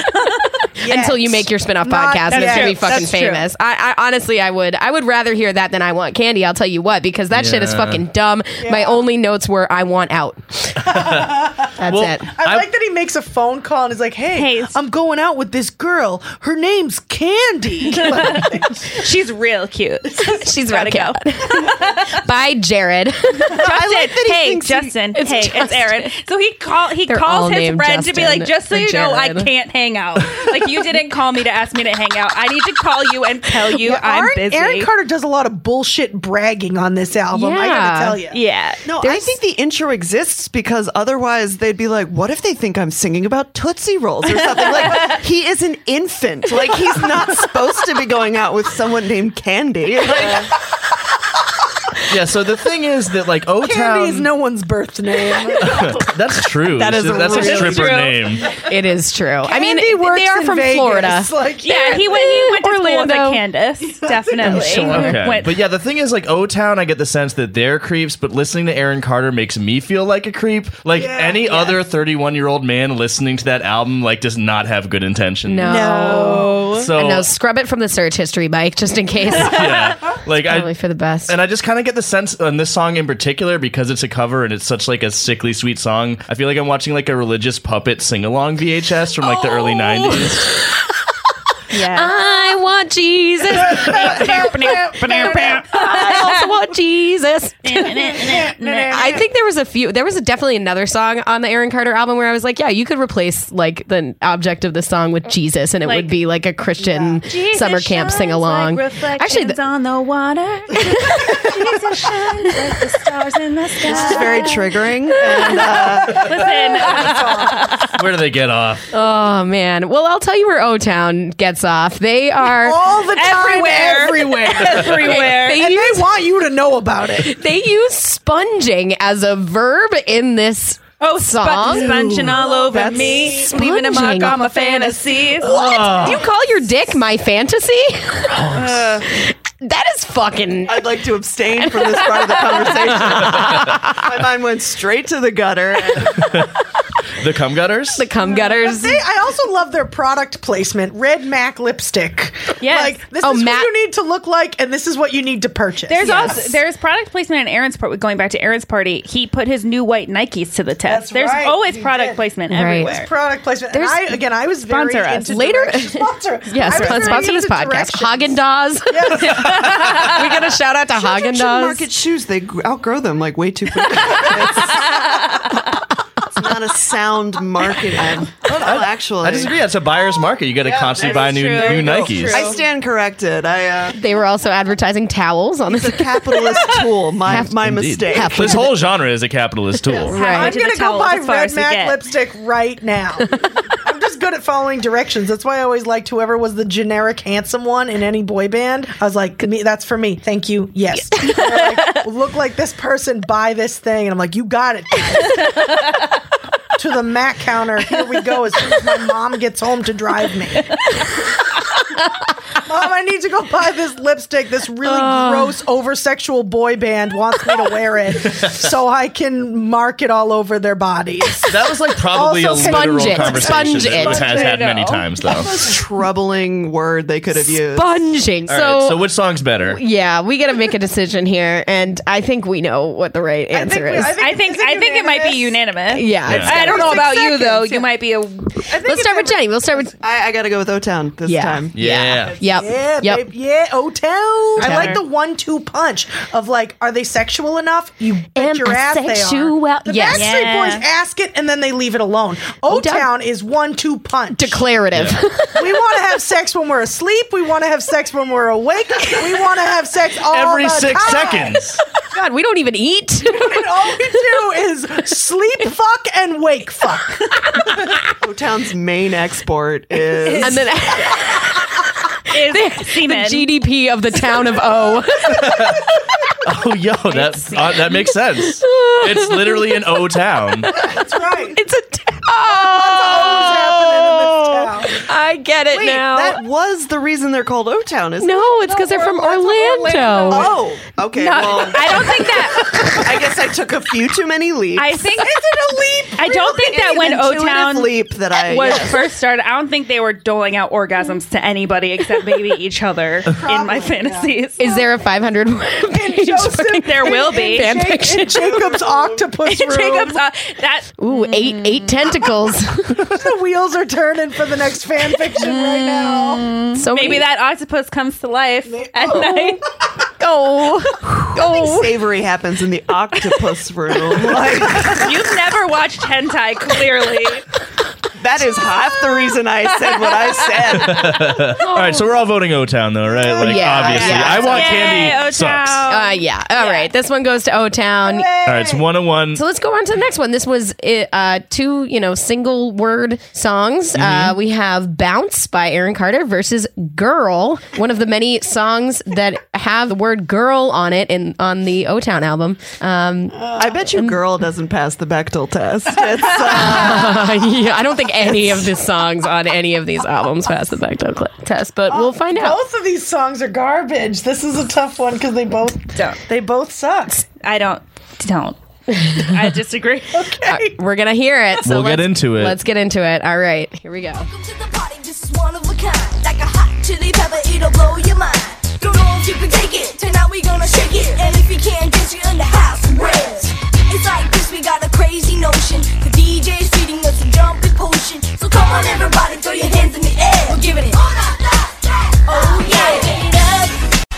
S1: until you make your spin-off
S2: Not
S1: podcast and it's
S2: yet.
S1: gonna be fucking
S3: That's true.
S1: famous. I, I honestly I would I would rather hear that than I want candy, I'll tell you what, because that shit is
S4: Yeah.
S1: fucking dumb. My only notes were I want out. That's
S4: Well, *laughs*
S1: it.
S2: I,
S4: I-
S2: like that he makes a phone call and is like, "Hey,
S3: Hey.
S2: I'm going out with this girl. Her name's
S3: *laughs*
S2: Candy." Like,
S3: She's
S1: *laughs*
S3: real cute.
S1: She's ready
S3: Gotta
S1: to go. *laughs* Bye, Jared.
S3: Justin, hey
S5: thinks he-
S3: Justin,
S1: It's
S3: hey it's
S1: Justin.
S3: Aaron. So he call he
S1: They're all
S3: calls his
S1: named
S3: friend to be
S1: Justin
S3: like, just so
S1: or
S3: you know, I
S1: Jared."
S3: can't hang out.
S1: *laughs*
S3: Like you didn't call me to ask me to hang out. I need to call you and tell you I'm
S2: Aaron,
S3: busy.
S2: Aaron Carter does a lot of bullshit bragging on this album.
S1: Yeah.
S2: I gotta tell you.
S3: yeah.
S5: No, I think the intro exists because otherwise they'd be like, what if they think I'm singing about Tootsie Rolls or
S3: *laughs*
S5: something? like, he is an infant. Like, he's not supposed to be going out with someone named Candy. Like,
S4: Yeah, so the thing is that like O
S2: Candy is
S5: Um,
S4: Town
S2: no one's birth name.
S4: That's true.
S5: That is
S4: that's a
S5: really
S4: stripper
S1: *laughs*
S3: true.
S4: name.
S1: it is true. I mean
S2: Andy works
S1: they are
S2: in
S1: from
S2: Vegas.
S5: *laughs*
S1: Florida.
S2: Like,
S3: Yeah, he went, he went to school with a
S1: Orlando. *laughs*
S3: Candace. Definitely.
S4: Okay.
S3: Went-
S4: But yeah, the thing is like O Town, I get the sense that they're creeps, but listening to Aaron Carter makes me feel like a creep. Like any other 31 year old man listening to that album, like does not have good intention.
S1: No.
S4: So
S1: And now scrub it from the search history, Mike, just in
S4: *laughs*
S1: case.
S4: yeah, like
S1: Probably
S4: I.
S1: for the best.
S4: And I just kind of get the sense on this song in particular because it's a cover and it's such like a sickly sweet song. I feel like I'm watching like a religious puppet sing along VHS from like the
S2: Oh.
S4: early 90s.
S3: yeah.
S1: I want Jesus. I also want Jesus. I think there was a few. There was a, definitely another song on the Aaron Carter album where I was like, "Yeah, you could replace like the object of the song with Jesus, and it
S3: Like-
S1: would be like a Christian
S3: Jesus
S1: summer camp
S3: shines
S1: sing along."
S3: like
S1: Actually,
S3: reflections
S1: th-
S3: on
S1: *laughs*
S3: the water. Jesus shines like the stars in the
S5: It's
S1: *laughs*
S3: sky.
S5: very triggering. And, uh,
S3: Listen,
S4: Where do they get off?
S1: oh man. Well, I'll tell you where O Town gets off. They are
S3: Oh,
S2: all the time,
S3: Everywhere.
S2: everywhere.
S3: *laughs* everywhere.
S1: They
S2: and
S1: use-
S2: they want you to know about it.
S1: they use sponging as a verb in this.
S3: Oh, sp-
S1: song.
S3: sponging all over me, leaving a mark
S1: Sponging.
S3: on my fantasies. *laughs*
S1: What? You call your dick my fantasy? That is fucking.
S3: Uh,
S5: I'd like to abstain from this part of the
S1: *laughs*
S5: conversation. My mind went straight to the gutter.
S4: The cum gutters?
S1: The cum gutters.
S2: They, I also love their product placement. Red Mac lipstick.
S3: Yes.
S2: Like this
S1: Oh,
S2: is
S1: Mac-
S2: what you need to look like, and this is what you need to purchase.
S3: There's also there's product placement in Aaron's part. Going back to Aaron's party, he put his new white Nikes to the test.
S2: That's
S3: there's
S2: right,
S3: always
S2: he
S3: product
S2: did.
S3: placement
S1: Right.
S3: everywhere.
S2: It's product placement. And I,
S1: There's-
S2: again, I was very
S3: Sponsor us.
S2: into
S1: Later-
S2: direction- sponsor.
S1: *laughs*
S2: us.
S1: Yes,
S2: I was very
S1: sponsor this
S2: into
S1: podcast. Haagen
S2: directions.
S1: Dazs. *laughs* we got a shout out to Haagen
S5: Market
S1: Dazs.
S5: shoes, they gr- outgrow them like way too quick. *laughs* It's- It's not a sound market. ad. Well, actually,
S4: I disagree. That's a buyer's market. You got to constantly
S5: that
S4: buy
S5: is
S4: new,
S5: true.
S4: new
S5: There you go.
S4: Nikes.
S5: I stand corrected. I uh,
S1: They were also advertising towels on
S5: it's
S1: *laughs*
S5: a
S1: the.
S5: capitalist tool. My my mistake.
S1: Half-
S4: This whole genre is a capitalist tool.
S1: *laughs*
S3: How
S1: Right.
S2: I'm
S3: much is
S2: gonna
S3: a
S2: go
S3: towel
S2: buy
S3: as far
S2: Red
S3: as we
S2: Mac
S3: get?
S2: lipstick right
S3: *laughs*
S2: now. I'm just good at following directions. That's why I always liked whoever was the generic handsome one in any boy band. I was like, me, that's for me. Thank you. Yes. *laughs* They're like, Look like this person. Buy this thing. And I'm like, you got it.
S3: *laughs*
S2: guys." to the Mac counter. Here we go. As soon as my mom gets home to drive me. Mom, I need to go buy this lipstick. This really gross, over sexual boy band wants me to wear
S3: *laughs*
S2: it so I can mark it all over their bodies.
S4: That was like probably
S2: Also,
S4: a literal
S1: sponge it.
S4: conversation
S1: Sponge
S4: that
S1: it.
S4: it. has had many
S1: *laughs*
S3: No.
S4: times, though.
S5: troubling word they could have used.
S1: Sponging.
S4: All
S1: so,
S4: right, so which song's better?
S1: *laughs* yeah, we got to make a decision here, and I think we know what the right answer
S2: we-
S1: is.
S2: I think-
S3: I think
S2: Is it
S3: I think it might be unanimous.
S1: yeah,
S4: Yeah.
S3: I don't know about
S2: Six
S3: you though.
S2: seconds, yeah.
S3: You might be a
S1: let's start with Jenny. We'll start with
S5: I, I got to go with O Town this
S1: Yeah.
S5: time.
S4: Yeah.
S1: yep,
S2: Yeah,
S1: yep.
S2: babe, yeah, O Town. I like the one two punch of like, are they sexual enough? You bet
S1: Am
S2: your
S1: I
S2: ass
S1: sexual?
S2: they are. The
S1: Yes.
S2: Backstreet
S3: Yeah.
S2: Boys ask it and then they leave it alone. O Town is one two punch.
S1: Declarative.
S2: we want to have sex when we're asleep. We want to have sex when we're awake. We want to have sex all
S4: Every
S2: the
S4: six
S1: *laughs*
S2: time.
S4: seconds.
S1: *laughs* God, we don't even eat.
S2: And all we do is sleep fuck and wake fuck.
S5: O Town's
S1: *laughs*
S5: main export is
S1: and then
S3: is
S1: the
S3: semen.
S1: GDP of the town of O.
S4: Oh, yo, that uh, that makes sense. It's literally an
S1: *laughs*
S4: O town.
S2: That's *laughs* right.
S1: it's a *laughs* town.
S2: What's
S1: Oh.
S2: happening in this town?
S1: I get it
S5: Wait,
S1: now.
S5: that was the reason they're called O Town, isn't
S1: no,
S5: it?
S1: it's because they're from Orlando.
S5: Oh, okay.
S1: *laughs*
S5: Well,
S3: I don't think that.
S5: I guess I took a few too many leaps.
S3: I think it's a leap. I don't think that when O
S5: Intuitive
S3: Town
S5: leap that I
S3: was
S5: yes.
S3: first started, I don't think they were doling out orgasms to anybody except maybe each other in my fantasies. *laughs*
S1: Is there a *laughs* 500 word page? *laughs*
S2: Joseph-
S3: There will be.
S1: fan
S2: Jake-
S1: fiction.
S2: in Jacob's octopus room.
S3: Jacob's uh, that
S1: Ooh, eight eight tentacles. *laughs*
S2: the wheels are turning for the next fan fiction right
S5: Mm.
S2: now.
S1: so
S3: maybe
S1: many-
S3: that octopus comes to life at
S2: Oh.
S3: night.
S1: Oh, oh.
S5: savory happens in the octopus room. *laughs* Like
S3: You've never watched hentai, clearly.
S5: that is half the reason I said what I said.
S4: All right, so we're all voting O town, though, right? Like,
S1: Yeah,
S4: obviously.
S1: yeah.
S4: I want
S3: Yay,
S4: candy.
S3: O-Town.
S4: Sucks. All
S1: Uh, yeah. All right. This one goes to O Town.
S4: right, it's one on one.
S1: So let's go on to the next one. This was uh, two, you know, single word songs. Uh, we have "Bounce" by Aaron Carter versus "Girl," one of the many songs that have the word "girl" on it in on the O Town album. Um,
S5: I bet you girl doesn't pass the Bechtel test. It's,
S1: *laughs* *laughs*
S5: uh,
S1: yeah, I don't think any *laughs* of the songs on any of these albums pass the Bechdel cl- test, but we'll find out.
S2: Both of these songs are garbage. This is a tough one because they both
S3: Don't.
S2: they both suck.
S3: I don't. Don't. I disagree.
S2: Okay.
S1: We're gonna hear it. So
S4: We'll get
S1: let's-
S4: into it.
S1: Let's get into it. All right, here we go.
S9: Welcome to the party, this is one of a kind. Like a hot chili pepper, it'll blow your mind. Don't know if you can take it, tonight we gonna shake it. And if you can't, get you in the house arrest. It's like this, we got a crazy notion. The DJ's feeding us a jumping potion. So come on, everybody, throw your hands in the air. We're giving it. Oh, yeah. Get up,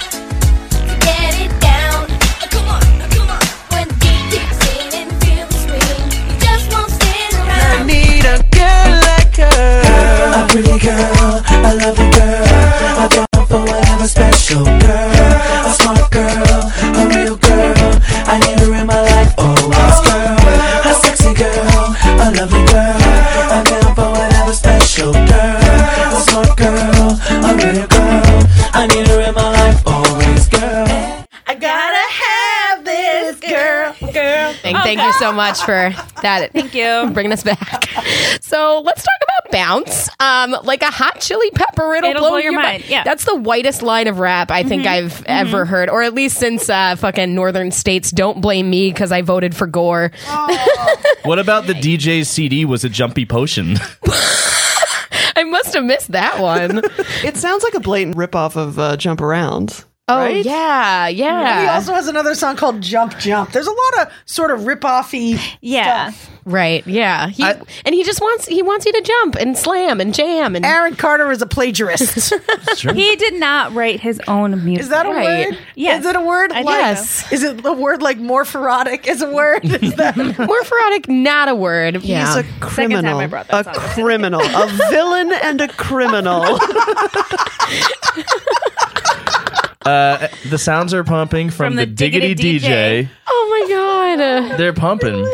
S9: get it down. Come on, come on. When the DJ's singing, feel the swing. You just won't stand around.
S5: I need a girl like her.
S8: A pretty girl, a lovely girl, a doll for whatever special girl, a smart girl, a real girl. I need her in my life, oh, wise girl, a sexy girl, a lovely girl, a doll for whatever special girl, a smart girl, a real girl. I need her in my life, always girl.
S2: I gotta have this girl.
S1: Thank, thank you so much for that.
S3: Thank you.
S1: Bringing us back. So let's talk about bounce um, like a hot chili pepper. It'll,
S3: It'll blow your mind, yeah.
S1: that's the whitest line of rap I think I've ever heard, or at least since uh, fucking Northern States. Don't blame me because I voted for Gore.
S4: What about the DJ's CD was a jumpy potion? *laughs*
S1: I must have missed that one.
S5: It sounds like a blatant ripoff of uh, Jump Around. right?
S1: Oh, yeah,
S2: He
S5: uh,
S1: yeah,
S2: also has another song called Jump Jump. There's a lot of sort of rip-offy
S3: Yeah.
S2: stuff.
S1: right, yeah. He, and he just wants he wants you to jump and slam and jam and
S2: Aaron Carter is a
S5: *laughs*
S2: plagiarist.
S4: Sure.
S3: He did not write his own music.
S2: Is that a
S1: Right.
S2: word?
S3: Yes.
S2: Is it a word?
S3: I think
S1: Yes.
S2: Is it a word like morphorotic is a word? Is that *laughs*
S1: morphorotic, not a word. Yeah.
S5: He's a criminal.
S3: I brought that
S5: *laughs* a
S3: song up.
S5: criminal. a villain and a criminal.
S4: Uh, the sounds are pumping from,
S3: From
S4: the,
S3: the
S4: diggity,
S3: Diggity
S4: DJ.
S3: DJ.
S1: oh my god.
S4: *laughs* They're pumping.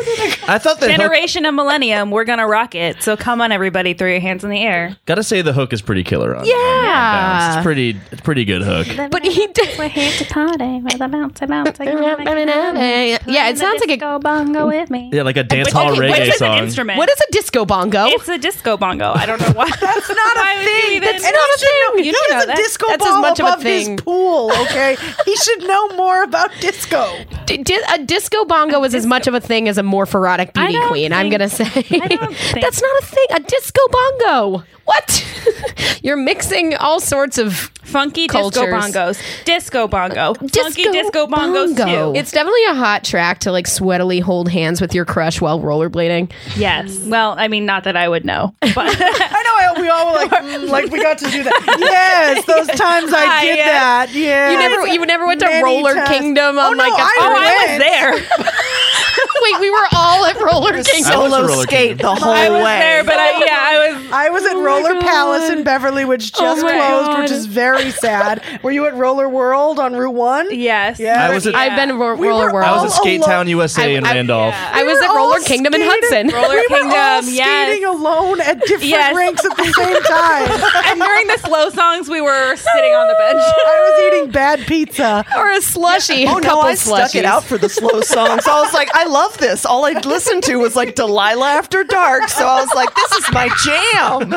S4: I thought the hook,
S3: Generation of Millennium, we're gonna rock it. So come on, everybody, throw your hands in the air.
S4: gotta say the hook is pretty killer on.
S1: Yeah.
S4: It's pretty, it's pretty good hook.
S1: But he did.
S3: We're here to party, with a bounce, a bounce, a
S1: Yeah, it sounds like a.
S3: go bongo with me.
S4: Yeah, like a dance hall
S1: okay,
S4: reggae
S1: what's
S3: It's an
S4: song.
S3: instrument.
S1: What is a disco bongo?
S3: It's a disco bongo. I don't know why. That's not *laughs* a thing.
S1: That's not a thing.
S3: You don't
S2: he
S3: know
S2: has
S3: that.
S2: a disco
S1: that's as
S2: ball
S1: much of a
S2: above
S1: thing.
S2: his pool, okay? he should know more about disco.
S1: D- di- a disco bongo is as much of a thing as a morphorotic
S3: I
S1: beauty
S3: don't
S1: queen. I'm
S3: think-
S1: gonna say
S3: I don't
S1: *laughs*
S3: think-
S1: that's not a thing. A disco bongo. What? *laughs* You're mixing all sorts of.
S3: Funky
S1: Cultures.
S3: disco bongos. Disco bongo. Funky disco bongos
S1: bongo.
S3: too.
S1: It's definitely a hot track to like sweatily hold hands with your crush while rollerblading. *laughs*
S3: yes. Well, I mean, not that I would know, but
S2: I know I- we all were
S1: *laughs*
S2: like, mm, like we got to do that. Yes, those times I
S3: Ah,
S2: did
S3: yes.
S2: that. Yeah.
S1: You never, you never went to
S2: Many
S1: Roller
S2: times.
S1: Kingdom
S2: Oh,
S1: on
S2: no,
S1: like a
S2: I
S1: oh,
S2: went.
S1: I
S3: I was there.
S1: was- wait, we were all at
S2: *laughs*
S1: Roller Kingdom.
S4: I went to
S5: Solo
S4: Roller
S5: skate
S4: Kingdom.
S5: the
S2: Oh,
S5: whole
S3: I was
S5: way.
S3: there, but I, yeah, I was.
S2: I was at
S1: Oh
S2: Roller Palace in Beverly, which just
S1: my
S2: closed,
S1: God.
S2: which is very sad. Were you at Roller World on Route One?
S3: Yes.
S2: Yeah.
S4: I was at,
S1: I've been at Ro-
S2: We
S1: Roller
S2: were
S1: World.
S4: I
S2: all
S4: was at Skate
S2: alone.
S4: Town USA in
S1: Oh, I- I-
S4: Randolph.
S1: I was
S2: We
S1: at
S2: were all
S1: Roller Kingdom in
S2: skating-
S1: Hudson.
S3: Roller
S2: we were all
S3: Kingdom,
S2: skating
S3: yes.
S2: alone at different
S3: Yes.
S2: rinks at the
S1: *laughs*
S2: same time.
S3: and during the slow songs, we were sitting on the bench.
S2: I was eating bad pizza.
S1: or a slushy.
S5: Oh
S1: a
S5: no!
S1: couple
S5: I
S1: slushies.
S5: stuck it out for the slow songs. I was like, I love this. All I listened to was like Delilah After Dark. So I was like, this is my jam.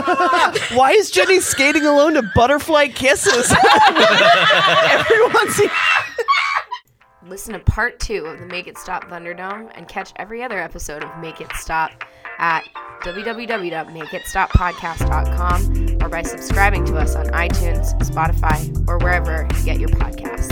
S5: Why is Jenny skating alone to Butterfly Kisses? Everyone's
S10: Listen to part two of the Make It Stop Thunderdome and catch every other episode of Make It Stop at www.makeitstoppodcast.com or by subscribing to us on iTunes, Spotify, or wherever you get your podcasts.